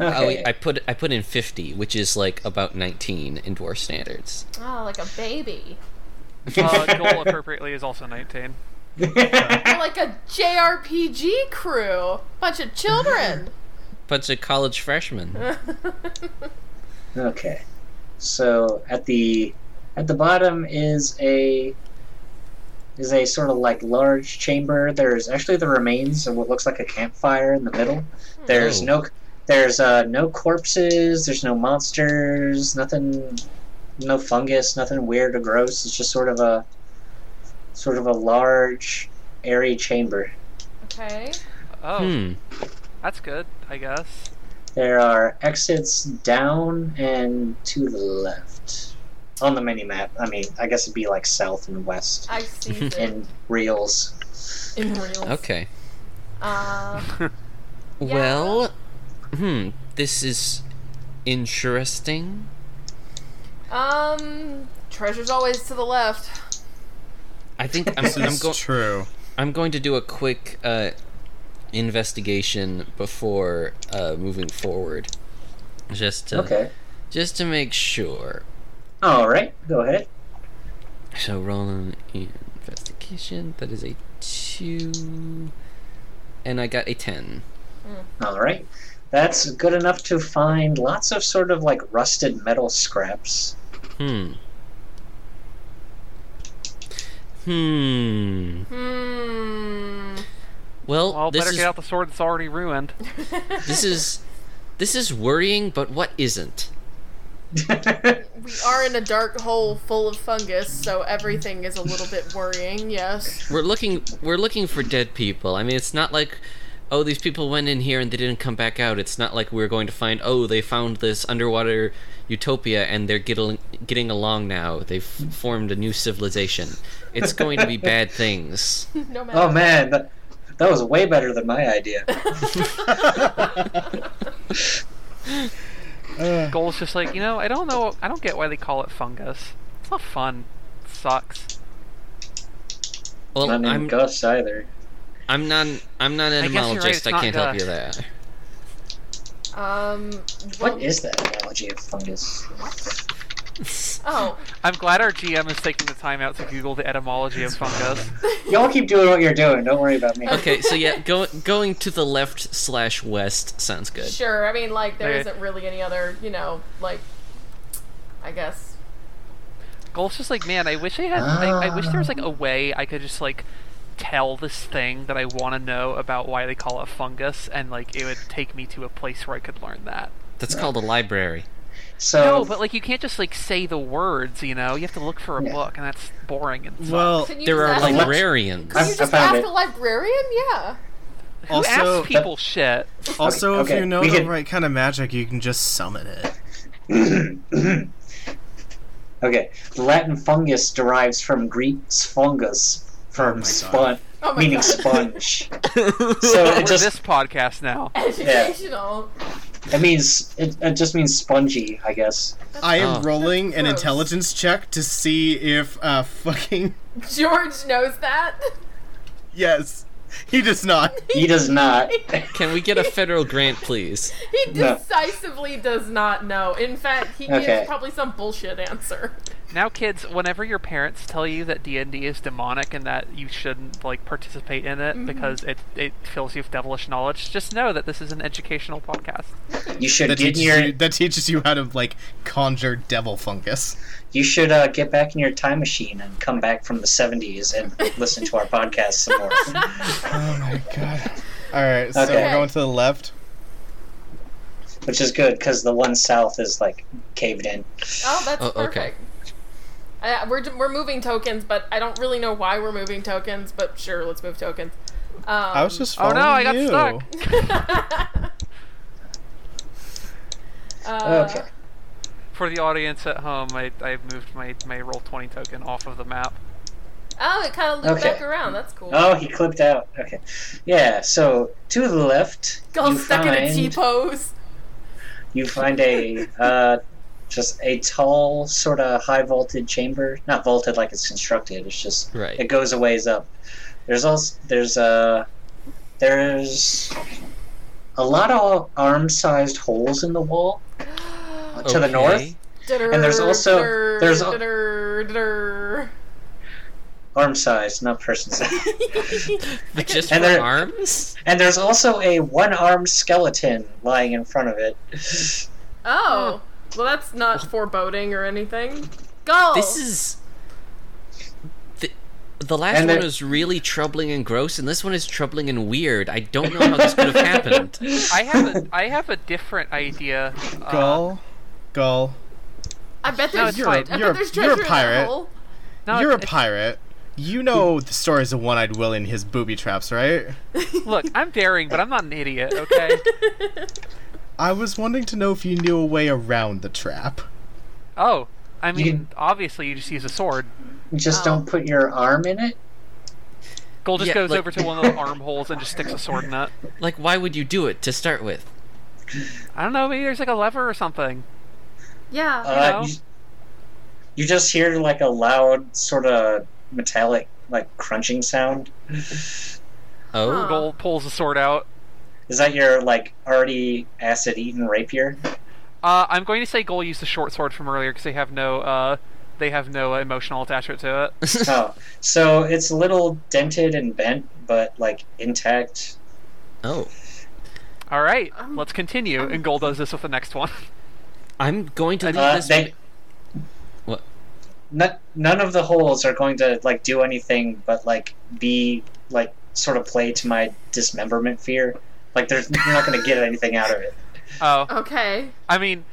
[SPEAKER 1] okay.
[SPEAKER 3] Oh, I, I put I put in 50, which is like about 19 in dwarf standards.
[SPEAKER 2] Oh, like a baby.
[SPEAKER 4] Uh, goal appropriately is also 19.
[SPEAKER 1] [laughs]
[SPEAKER 2] We're [laughs] like a JRPG crew. Bunch of children.
[SPEAKER 3] Bunch of college freshmen.
[SPEAKER 1] Okay. So at the at the bottom is a is a sort of like large chamber. There's actually the remains of what looks like a campfire in the middle. There's
[SPEAKER 3] Oh.
[SPEAKER 1] no there's uh, no corpses. There's no monsters. Nothing. No fungus. Nothing weird or gross. It's just sort of a sort of a large, airy chamber.
[SPEAKER 2] [laughs] okay.
[SPEAKER 4] Oh,
[SPEAKER 3] Hmm.
[SPEAKER 4] that's good, I guess. [laughs]
[SPEAKER 1] There are exits down and to the left. On the mini map, I mean, I guess it'd be like south and west
[SPEAKER 2] I see
[SPEAKER 3] [laughs]
[SPEAKER 2] it.
[SPEAKER 1] in reels.
[SPEAKER 2] In real.
[SPEAKER 3] Okay.
[SPEAKER 2] Uh, Yeah.
[SPEAKER 3] Well, hmm. This is interesting.
[SPEAKER 2] um, treasure's always to the left.
[SPEAKER 3] I think I'm,
[SPEAKER 5] This
[SPEAKER 3] I'm
[SPEAKER 5] is
[SPEAKER 3] going.
[SPEAKER 5] true.
[SPEAKER 3] I'm going to do a quick uh, investigation before uh, moving forward, just to
[SPEAKER 1] Okay.
[SPEAKER 3] just to make sure.
[SPEAKER 1] All right, go ahead.
[SPEAKER 3] So roll an investigation. That is a two, and I got a ten.
[SPEAKER 1] All right. That's good enough to find lots of sort of like rusted metal scraps.
[SPEAKER 3] Hmm. Hmm.
[SPEAKER 2] Hmm.
[SPEAKER 3] Well,
[SPEAKER 4] Well,
[SPEAKER 3] this
[SPEAKER 4] better
[SPEAKER 3] is
[SPEAKER 4] get out the sword that's already ruined.
[SPEAKER 3] this is this is worrying, but what isn't?
[SPEAKER 2] We are in a dark hole full of fungus, so everything is a little bit worrying, yes. [laughs]
[SPEAKER 3] We're looking we're looking for dead people. I mean, it's not like oh, these people went in here and they didn't come back out. It's not like we're going to find oh, they found this underwater utopia and they're getting getting along now. They've formed a new civilization. It's going to be bad things.
[SPEAKER 2] No matter.
[SPEAKER 1] Oh man, [laughs] that, that was way better than my idea.
[SPEAKER 4] Goal's just like, you know, I don't know, I don't get why they call it fungus. It's not fun. It sucks.
[SPEAKER 3] [laughs] Well,
[SPEAKER 1] Not
[SPEAKER 3] I'm
[SPEAKER 1] named Gus either.
[SPEAKER 3] I'm not I'm not an
[SPEAKER 4] I guess you're right,
[SPEAKER 3] entomologist.
[SPEAKER 4] it's not
[SPEAKER 3] I can't help
[SPEAKER 4] Gus.
[SPEAKER 3] you
[SPEAKER 2] [laughs]
[SPEAKER 3] there.
[SPEAKER 2] Um, well,
[SPEAKER 1] What is that analogy of fungus?
[SPEAKER 2] Oh,
[SPEAKER 4] I'm glad our GM is taking the time out to Google the etymology of fungus.
[SPEAKER 1] Y'all keep doing what you're doing. Don't worry about me.
[SPEAKER 3] Okay, so
[SPEAKER 4] [laughs]
[SPEAKER 3] yeah, go, going to the left slash west sounds good.
[SPEAKER 2] sure. I mean, like, there
[SPEAKER 4] Okay.
[SPEAKER 2] not really any other, you know, like, I guess.
[SPEAKER 4] Goal's just like, man, I wish I had, I, I wish there was like a way I could just like tell this thing that I want to know about why they call it fungus, and like it would take me to a place where I could learn that.
[SPEAKER 3] That's called a library.
[SPEAKER 1] So
[SPEAKER 4] No, but like you can't just like say the words, you know. You have to look for a
[SPEAKER 1] Yeah.
[SPEAKER 4] book, and that's boring and sucks.
[SPEAKER 5] Well,
[SPEAKER 2] Couldn't you
[SPEAKER 3] There are
[SPEAKER 2] just ask,
[SPEAKER 3] librarians.
[SPEAKER 2] couldn't
[SPEAKER 1] I-
[SPEAKER 2] you
[SPEAKER 1] I
[SPEAKER 2] just
[SPEAKER 1] found
[SPEAKER 2] ask
[SPEAKER 1] it.
[SPEAKER 2] a librarian? Yeah.
[SPEAKER 4] who
[SPEAKER 5] also
[SPEAKER 4] asks people shit?
[SPEAKER 5] also
[SPEAKER 1] Okay,
[SPEAKER 5] if you know
[SPEAKER 1] we
[SPEAKER 5] the
[SPEAKER 1] can-
[SPEAKER 5] right kind of magic, you can just summon it.
[SPEAKER 1] [coughs] Okay. Latin fungus derives from Greek spongus,
[SPEAKER 5] Oh my
[SPEAKER 1] from
[SPEAKER 5] God.
[SPEAKER 1] spon,
[SPEAKER 2] Oh my
[SPEAKER 1] meaning
[SPEAKER 2] [laughs] God.
[SPEAKER 1] sponge. so it
[SPEAKER 4] We're
[SPEAKER 1] just
[SPEAKER 4] this podcast now.
[SPEAKER 2] Educational.
[SPEAKER 1] it means it, it just means spongy, I guess.
[SPEAKER 5] I am
[SPEAKER 3] Oh.
[SPEAKER 5] rolling an
[SPEAKER 2] Gross.
[SPEAKER 5] intelligence check to see if uh fucking [laughs]
[SPEAKER 2] George knows that. [laughs]
[SPEAKER 5] yes, he does not.
[SPEAKER 1] He does not.
[SPEAKER 3] Can we get a federal grant, please?
[SPEAKER 2] He
[SPEAKER 1] No.
[SPEAKER 2] decisively does not know. In fact, he
[SPEAKER 1] Okay.
[SPEAKER 2] gives probably some bullshit answer. [laughs]
[SPEAKER 4] Now, kids, whenever your parents tell you that D and D is demonic and that you shouldn't like participate in
[SPEAKER 1] Mm-hmm.
[SPEAKER 4] it because it it fills you with devilish knowledge, just know that this is an educational podcast.
[SPEAKER 1] You should
[SPEAKER 5] That
[SPEAKER 1] get in
[SPEAKER 5] teaches,
[SPEAKER 1] your
[SPEAKER 5] you, that teaches you how to like conjure devil fungus.
[SPEAKER 1] you should uh, get back in your time machine and come back from the seventies and listen to our podcast some more.
[SPEAKER 5] Oh my god. All right, so
[SPEAKER 1] Okay.
[SPEAKER 5] we're going to the left.
[SPEAKER 1] Which is good because the one south is like caved in.
[SPEAKER 2] Oh, that's
[SPEAKER 3] Oh, okay.
[SPEAKER 2] perfect. Uh, we're, we're moving tokens, but I don't really know why we're moving tokens, but sure, let's move tokens. Um,
[SPEAKER 5] I was just
[SPEAKER 4] Oh
[SPEAKER 5] following
[SPEAKER 4] no, I got
[SPEAKER 5] you.
[SPEAKER 4] stuck.
[SPEAKER 2] [laughs] uh,
[SPEAKER 1] Okay.
[SPEAKER 4] For the audience at home, I, I moved my, my roll twenty token off of
[SPEAKER 2] [laughs]
[SPEAKER 4] the map.
[SPEAKER 2] Oh, it kind of looped
[SPEAKER 1] Okay.
[SPEAKER 2] back around. That's cool.
[SPEAKER 1] Oh, he clipped out. Okay. Yeah, so to the left,
[SPEAKER 2] Gull
[SPEAKER 1] you
[SPEAKER 2] stuck in a
[SPEAKER 1] find- [gasps]
[SPEAKER 2] T pose. [gasps]
[SPEAKER 1] you find a uh, just a tall sort of high vaulted chamber not vaulted like it's constructed it's just
[SPEAKER 3] Right.
[SPEAKER 1] it goes a ways up there's also there's a there's a lot of arm sized holes in the wall
[SPEAKER 2] Oh,
[SPEAKER 1] to the north
[SPEAKER 3] Okay.
[SPEAKER 1] And there's also- there's al- arm sized not person sized
[SPEAKER 3] But just
[SPEAKER 1] And
[SPEAKER 3] for
[SPEAKER 1] there-
[SPEAKER 3] arms?
[SPEAKER 1] and there's also a one armed skeleton lying in front of it
[SPEAKER 2] Oh, well, that's not foreboding or anything. Gull.
[SPEAKER 3] This is. The, the last
[SPEAKER 1] And
[SPEAKER 3] one
[SPEAKER 1] there-
[SPEAKER 3] was really troubling and gross, and this one is troubling and weird. I don't know how this could have happened.
[SPEAKER 1] [laughs]
[SPEAKER 4] I have a I have a different idea. Uh,
[SPEAKER 5] Gull, Gull,
[SPEAKER 2] I bet
[SPEAKER 4] No,
[SPEAKER 2] there's.
[SPEAKER 4] it's
[SPEAKER 5] you're
[SPEAKER 4] fine.
[SPEAKER 5] a,
[SPEAKER 2] I bet
[SPEAKER 5] you're a,
[SPEAKER 2] there's
[SPEAKER 5] you're
[SPEAKER 2] treasure
[SPEAKER 5] a
[SPEAKER 2] in that
[SPEAKER 5] pirate.
[SPEAKER 2] hole.
[SPEAKER 1] Oh,
[SPEAKER 4] no,
[SPEAKER 5] you're a
[SPEAKER 4] it's-
[SPEAKER 5] pirate. You know the stories of One-Eyed Will and his booby traps, right?
[SPEAKER 4] Look, I'm daring, but I'm not an idiot.
[SPEAKER 2] [laughs]
[SPEAKER 4] Okay.
[SPEAKER 5] I was wanting to know if you knew a way around the trap.
[SPEAKER 4] Oh, I mean,
[SPEAKER 1] can-
[SPEAKER 4] obviously you just use a sword.
[SPEAKER 1] you just
[SPEAKER 2] Oh.
[SPEAKER 1] don't put your arm in it
[SPEAKER 4] Gold just
[SPEAKER 3] Yeah,
[SPEAKER 4] goes
[SPEAKER 3] like-
[SPEAKER 4] over to one of the armholes and just sticks a sword in it.
[SPEAKER 3] Like, why would you do it to start with?
[SPEAKER 4] I don't know. Maybe there's like a lever or something.
[SPEAKER 2] Yeah.
[SPEAKER 1] Uh,
[SPEAKER 4] know?
[SPEAKER 1] you, you just hear like a loud sort of metallic like crunching sound.
[SPEAKER 3] Oh,
[SPEAKER 2] Huh.
[SPEAKER 4] Gold pulls the sword out.
[SPEAKER 1] Is that your like already acid eaten rapier?
[SPEAKER 4] Uh, I'm going to say Gold used the short sword from earlier because they have no uh, they have no emotional attachment to it.
[SPEAKER 1] oh, so it's a little dented and bent, but like intact.
[SPEAKER 3] oh.
[SPEAKER 4] All right,
[SPEAKER 2] Um,
[SPEAKER 4] let's continue. And Gold does this with the next one. [laughs]
[SPEAKER 3] I'm going to leave
[SPEAKER 1] Uh,
[SPEAKER 3] this.
[SPEAKER 1] they,
[SPEAKER 3] What?
[SPEAKER 1] No, none of the holes are going to like do anything but like be like sort of play to my dismemberment fear. Like there's you're not going to get anything out of it.
[SPEAKER 4] Oh,
[SPEAKER 2] okay.
[SPEAKER 4] I mean,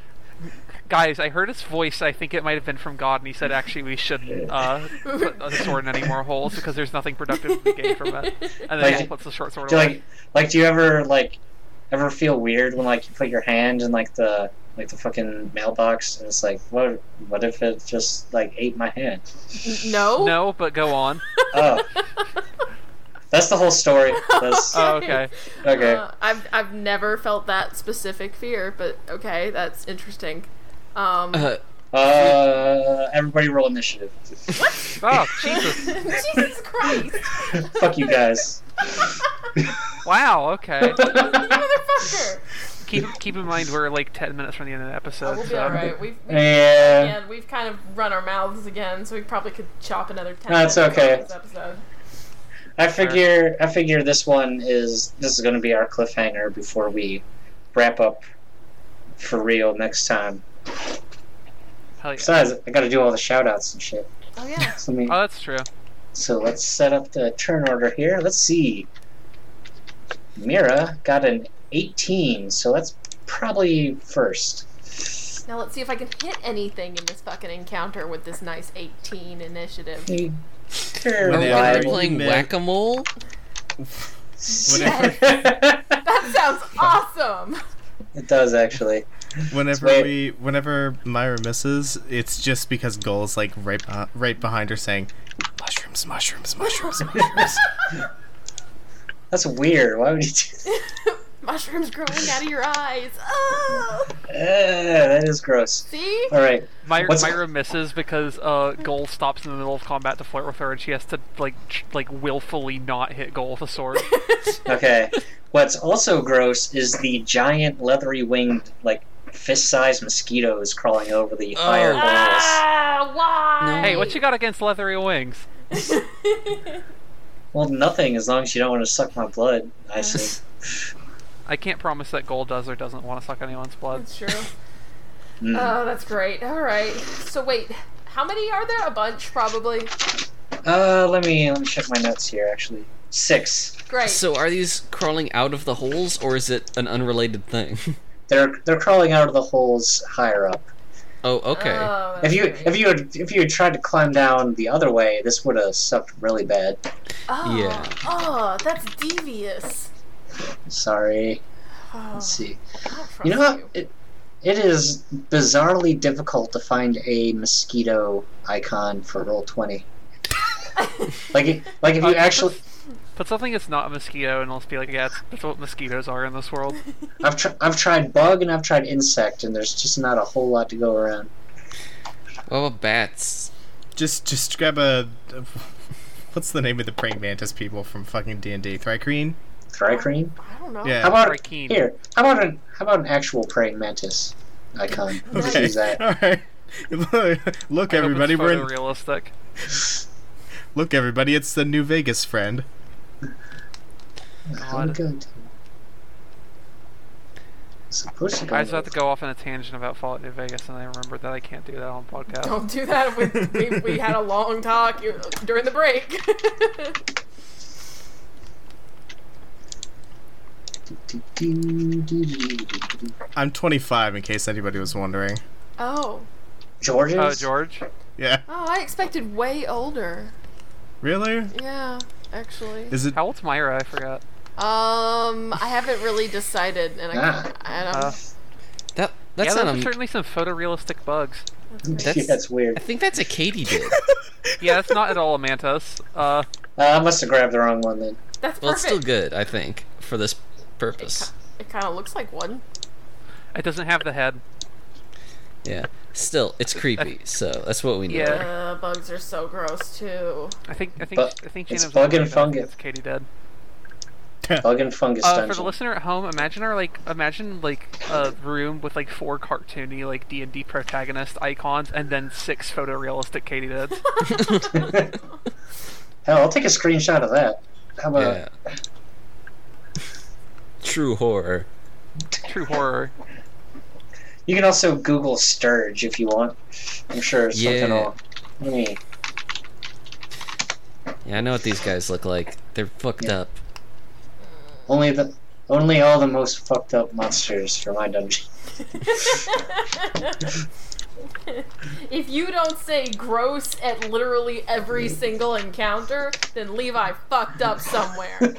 [SPEAKER 4] guys, I heard his voice. I think it might have been from God, and he said actually we shouldn't uh, put the sword in any more holes because there's nothing productive to be gained from it. And then
[SPEAKER 1] Like,
[SPEAKER 4] he puts the short sword
[SPEAKER 1] Do you,
[SPEAKER 4] away.
[SPEAKER 1] like like do you ever like ever feel weird when like you put your hand in like the like the fucking mailbox and it's like what what if it just like ate my hand?
[SPEAKER 2] [laughs] No.
[SPEAKER 4] No, but go on.
[SPEAKER 1] Oh. That's the whole story.
[SPEAKER 2] [laughs]
[SPEAKER 1] That's
[SPEAKER 4] Oh, okay.
[SPEAKER 1] okay.
[SPEAKER 2] Uh, I've I've never felt that specific fear, but okay, that's interesting. Um,
[SPEAKER 3] Uh,
[SPEAKER 1] Uh everybody roll initiative.
[SPEAKER 4] Oh, Jesus.
[SPEAKER 2] [laughs] Jesus
[SPEAKER 1] [laughs]
[SPEAKER 2] Christ!
[SPEAKER 1] Fuck you guys.
[SPEAKER 4] Wow, okay.
[SPEAKER 2] Motherfucker!
[SPEAKER 4] keep, keep in mind we're like 10 minutes from the end of the episode.
[SPEAKER 2] we'll be
[SPEAKER 4] so.
[SPEAKER 2] alright. We've, we
[SPEAKER 1] Yeah.
[SPEAKER 2] and we've kind of run our mouths again, so we probably could chop another ten.
[SPEAKER 1] That's
[SPEAKER 2] minutes
[SPEAKER 1] okay.
[SPEAKER 2] off This episode.
[SPEAKER 1] I figure I figure this one is this is gonna be our cliffhanger before we wrap up for real next time.
[SPEAKER 4] Hell yeah.
[SPEAKER 1] Besides, I gotta do all the shout outs and shit.
[SPEAKER 2] Oh yeah.
[SPEAKER 1] So let me-
[SPEAKER 5] Uh,
[SPEAKER 4] Oh, that's true.
[SPEAKER 1] So let's set up the turn order here. Let's see. Mira got an 18, so that's probably first.
[SPEAKER 2] Now let's see if I can hit anything in this fucking encounter with this nice 18 initiative.
[SPEAKER 1] Hey,
[SPEAKER 5] When
[SPEAKER 3] are we
[SPEAKER 5] they
[SPEAKER 3] gonna be
[SPEAKER 5] are-
[SPEAKER 3] playing
[SPEAKER 5] Mid-
[SPEAKER 3] whack a mole?
[SPEAKER 1] Yes.
[SPEAKER 2] [laughs] That sounds awesome.
[SPEAKER 1] [laughs] it does actually.
[SPEAKER 5] Whenever
[SPEAKER 1] Wait.
[SPEAKER 5] we, whenever Myra misses, it's just because Gull's like right, beh right behind her saying, "Mushrooms,
[SPEAKER 1] [laughs]
[SPEAKER 5] mushrooms, mushrooms, mushrooms."
[SPEAKER 1] That's weird. Why would you do [laughs] that?
[SPEAKER 2] [laughs] Mushrooms growing out of your eyes. Oh,
[SPEAKER 1] Eh, that is gross.
[SPEAKER 2] see.
[SPEAKER 1] All right.
[SPEAKER 4] My,
[SPEAKER 1] What's-
[SPEAKER 4] Myra misses because uh, Goal stops in the middle of combat to flirt with her, and she has to like tr- like willfully not hit Goal with
[SPEAKER 2] [laughs]
[SPEAKER 4] a sword.
[SPEAKER 1] Okay. What's also gross is the giant leathery winged like fist-sized mosquitoes crawling over the
[SPEAKER 3] Oh.
[SPEAKER 1] higher walls.
[SPEAKER 2] Ah, why?
[SPEAKER 4] hey, what you got against leathery wings?
[SPEAKER 1] Well, nothing as long as you don't want to suck my blood. I see.
[SPEAKER 4] I can't promise that Goal does or doesn't want to suck anyone's blood.
[SPEAKER 2] [laughs] That's true.
[SPEAKER 1] Mm.
[SPEAKER 2] Oh, that's great. All right. So wait, how many are there? A bunch, probably.
[SPEAKER 1] Uh, let me let me check my notes here. Actually, six.
[SPEAKER 2] Great.
[SPEAKER 3] So are these crawling out of the holes, or is it an unrelated thing? [laughs]
[SPEAKER 1] They're they're crawling out of the holes higher up.
[SPEAKER 3] Oh, okay.
[SPEAKER 2] Oh,
[SPEAKER 1] If you
[SPEAKER 2] okay.
[SPEAKER 1] if you had if you had tried to climb down the other way, this would have sucked really bad.
[SPEAKER 2] oh,
[SPEAKER 3] Yeah.
[SPEAKER 2] Oh, that's devious.
[SPEAKER 1] Sorry.
[SPEAKER 2] Oh,
[SPEAKER 1] Let's see.
[SPEAKER 2] I don't trust
[SPEAKER 1] You know what? It, it is bizarrely difficult to find a mosquito icon for roll
[SPEAKER 2] [laughs]
[SPEAKER 1] twenty. like, it- like if you
[SPEAKER 4] Uh,
[SPEAKER 1] actually,
[SPEAKER 4] Put something that's not a mosquito, and I'll just be like, yeah, that's, that's what mosquitoes are in this
[SPEAKER 1] [laughs]
[SPEAKER 4] world.
[SPEAKER 1] I've tr- I've tried bug and I've tried insect, and there's just not a whole lot to go around.
[SPEAKER 3] What about bats?
[SPEAKER 5] Just just grab a. a- what's the name of the praying mantis people from fucking D and D? Thrycreen.
[SPEAKER 1] Thrycreen?
[SPEAKER 2] I don't know.
[SPEAKER 5] Yeah.
[SPEAKER 1] How about
[SPEAKER 4] Thrycreen.
[SPEAKER 1] here? How about an how about an actual praying mantis
[SPEAKER 4] [laughs]
[SPEAKER 1] icon? Let's
[SPEAKER 5] Okay.
[SPEAKER 1] use
[SPEAKER 5] [laughs]
[SPEAKER 1] that.
[SPEAKER 5] All right. look,
[SPEAKER 4] I hope
[SPEAKER 5] everybody,
[SPEAKER 4] it's
[SPEAKER 5] we're in,
[SPEAKER 4] realistic.
[SPEAKER 5] look, everybody. It's the New Vegas friend.
[SPEAKER 1] How we going to? Supposed to go.
[SPEAKER 4] I just have to go off on a tangent about Fallout New Vegas, and I remembered that I can't do that on podcast.
[SPEAKER 2] Don't do that. We, we, we had a long talk you- during the break. [laughs]
[SPEAKER 4] Oh,
[SPEAKER 5] I'm 25, in case anybody was wondering.
[SPEAKER 2] oh.
[SPEAKER 1] George's.
[SPEAKER 4] Oh, George.
[SPEAKER 5] Yeah.
[SPEAKER 2] Oh, I expected way older.
[SPEAKER 5] Really?
[SPEAKER 2] Yeah, actually.
[SPEAKER 5] Is it?
[SPEAKER 4] How old's Myra? I forgot.
[SPEAKER 2] Um, I haven't really decided, and I,
[SPEAKER 1] Ah.
[SPEAKER 2] I don't.
[SPEAKER 4] Uh,
[SPEAKER 3] That
[SPEAKER 4] yeah,
[SPEAKER 3] that's
[SPEAKER 4] there's
[SPEAKER 3] not a.
[SPEAKER 4] certainly some photorealistic bugs.
[SPEAKER 1] [laughs] Yeah,
[SPEAKER 3] That's-
[SPEAKER 1] that's weird.
[SPEAKER 3] I think that's a Katie did.
[SPEAKER 4] Yeah, that's not at all a mantis. Uh,
[SPEAKER 1] Uh, I must have grabbed the wrong one then.
[SPEAKER 2] that's
[SPEAKER 3] well, it's still
[SPEAKER 2] perfect.
[SPEAKER 3] good, I think, for this purpose.
[SPEAKER 2] it kind of looks like one.
[SPEAKER 4] it doesn't have the head.
[SPEAKER 3] Yeah. Still, it's creepy, so that's what we need.
[SPEAKER 4] Yeah.
[SPEAKER 2] Uh, bugs are so gross too.
[SPEAKER 4] I think. I think.
[SPEAKER 1] But
[SPEAKER 4] I think
[SPEAKER 1] it's
[SPEAKER 4] Shannon's
[SPEAKER 1] bug and
[SPEAKER 4] right, I think
[SPEAKER 1] fungus.
[SPEAKER 4] It's Katie dead.
[SPEAKER 1] Bug and fungus
[SPEAKER 4] Uh, for the
[SPEAKER 1] dungeon.
[SPEAKER 4] listener at home, imagine our like imagine like a room with like four cartoony like D and D protagonist icons and then six photorealistic Katie dead.
[SPEAKER 2] [laughs]
[SPEAKER 1] [laughs] Hell, I'll take a screenshot of that. How about?
[SPEAKER 3] Yeah. True horror.
[SPEAKER 4] True horror.
[SPEAKER 1] You can also Google Sturge if you want. I'm sure something
[SPEAKER 3] Yeah.
[SPEAKER 1] will. Let me.
[SPEAKER 3] Yeah, I know what these guys look like. They're fucked up.
[SPEAKER 1] Only the. Only all the most fucked up monsters for my dungeon.
[SPEAKER 2] [laughs] if you don't say gross at literally every
[SPEAKER 1] Mm.
[SPEAKER 2] single encounter, then Levi fucked
[SPEAKER 1] [laughs]
[SPEAKER 2] up somewhere.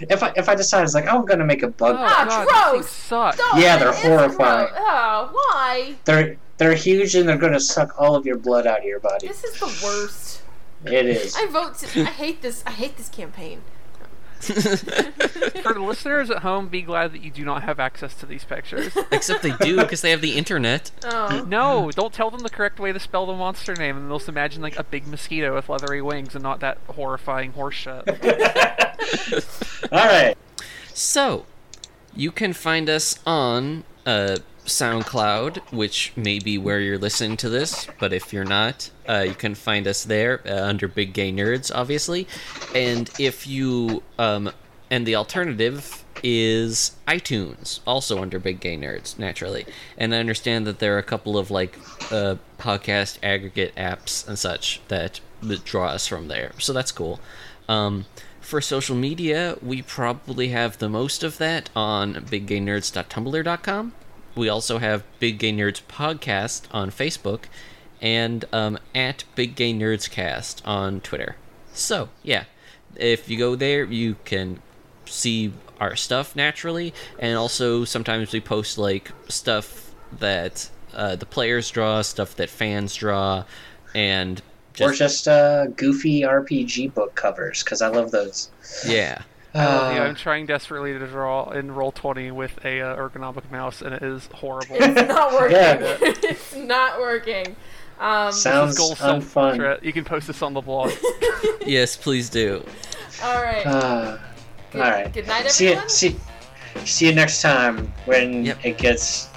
[SPEAKER 1] If I if I decide it's like I'm gonna make a bug,
[SPEAKER 2] Ah,
[SPEAKER 4] God, these
[SPEAKER 2] gross!
[SPEAKER 4] things suck.
[SPEAKER 2] Don't-
[SPEAKER 1] Yeah, they're
[SPEAKER 2] it is gross.
[SPEAKER 1] horrifying.
[SPEAKER 2] Oh, why?
[SPEAKER 1] they're they're huge and they're gonna suck all of your blood out of your body.
[SPEAKER 2] This is the worst.
[SPEAKER 1] It is.
[SPEAKER 2] I vote. To, I hate this. I hate this campaign.
[SPEAKER 4] For the listeners at home, be glad that you do not have access to these pictures.
[SPEAKER 2] [laughs]
[SPEAKER 3] Except they do, because they have the internet.
[SPEAKER 1] Mm.
[SPEAKER 2] Oh,
[SPEAKER 4] No, don't tell them the correct way to spell the monster name, and they'll just imagine like a big mosquito with leathery wings and not that horrifying
[SPEAKER 2] [laughs]
[SPEAKER 4] horse shit.
[SPEAKER 1] All right.
[SPEAKER 3] So, you can find us on uh, SoundCloud, which may be where you're listening to this, but if you're not, uh, you can find us there uh, under Big Gay Nerds, obviously. And if you, um, and the alternative is iTunes, also under Big Gay Nerds, naturally. And I understand that there are a couple of like uh, podcast aggregate apps and such that that draw us from there, so that's cool. Um, for social media, we probably have the most of that on biggaynerds.tumblr.com. We also have Big Gay Nerds Podcast on Facebook and um, at Big Gay Nerds Cast on Twitter. So, yeah, if you go there, you can see our stuff naturally, and also sometimes we post like stuff that uh, the players draw, stuff that fans draw, and
[SPEAKER 1] Or
[SPEAKER 3] just,
[SPEAKER 1] just uh, goofy RPG book covers because I love those.
[SPEAKER 3] yeah.
[SPEAKER 4] I love you.
[SPEAKER 1] Uh,
[SPEAKER 4] Oh, I'm trying desperately to draw in roll twenty with a uh, ergonomic mouse, and it is horrible.
[SPEAKER 2] [laughs] it's not working.
[SPEAKER 1] Yeah.
[SPEAKER 2] it's not working. Um,
[SPEAKER 1] sounds
[SPEAKER 4] Goal
[SPEAKER 1] unfun.
[SPEAKER 4] self-portrait. You can post this on the blog.
[SPEAKER 3] Yes, please do.
[SPEAKER 2] all right.
[SPEAKER 1] Uh,
[SPEAKER 2] good,
[SPEAKER 1] all right.
[SPEAKER 2] Good night,
[SPEAKER 1] see you,
[SPEAKER 2] everyone.
[SPEAKER 1] see, see you next time when
[SPEAKER 3] Yep.
[SPEAKER 1] it gets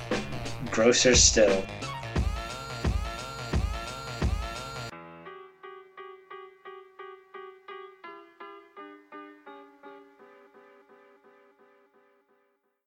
[SPEAKER 1] grosser still.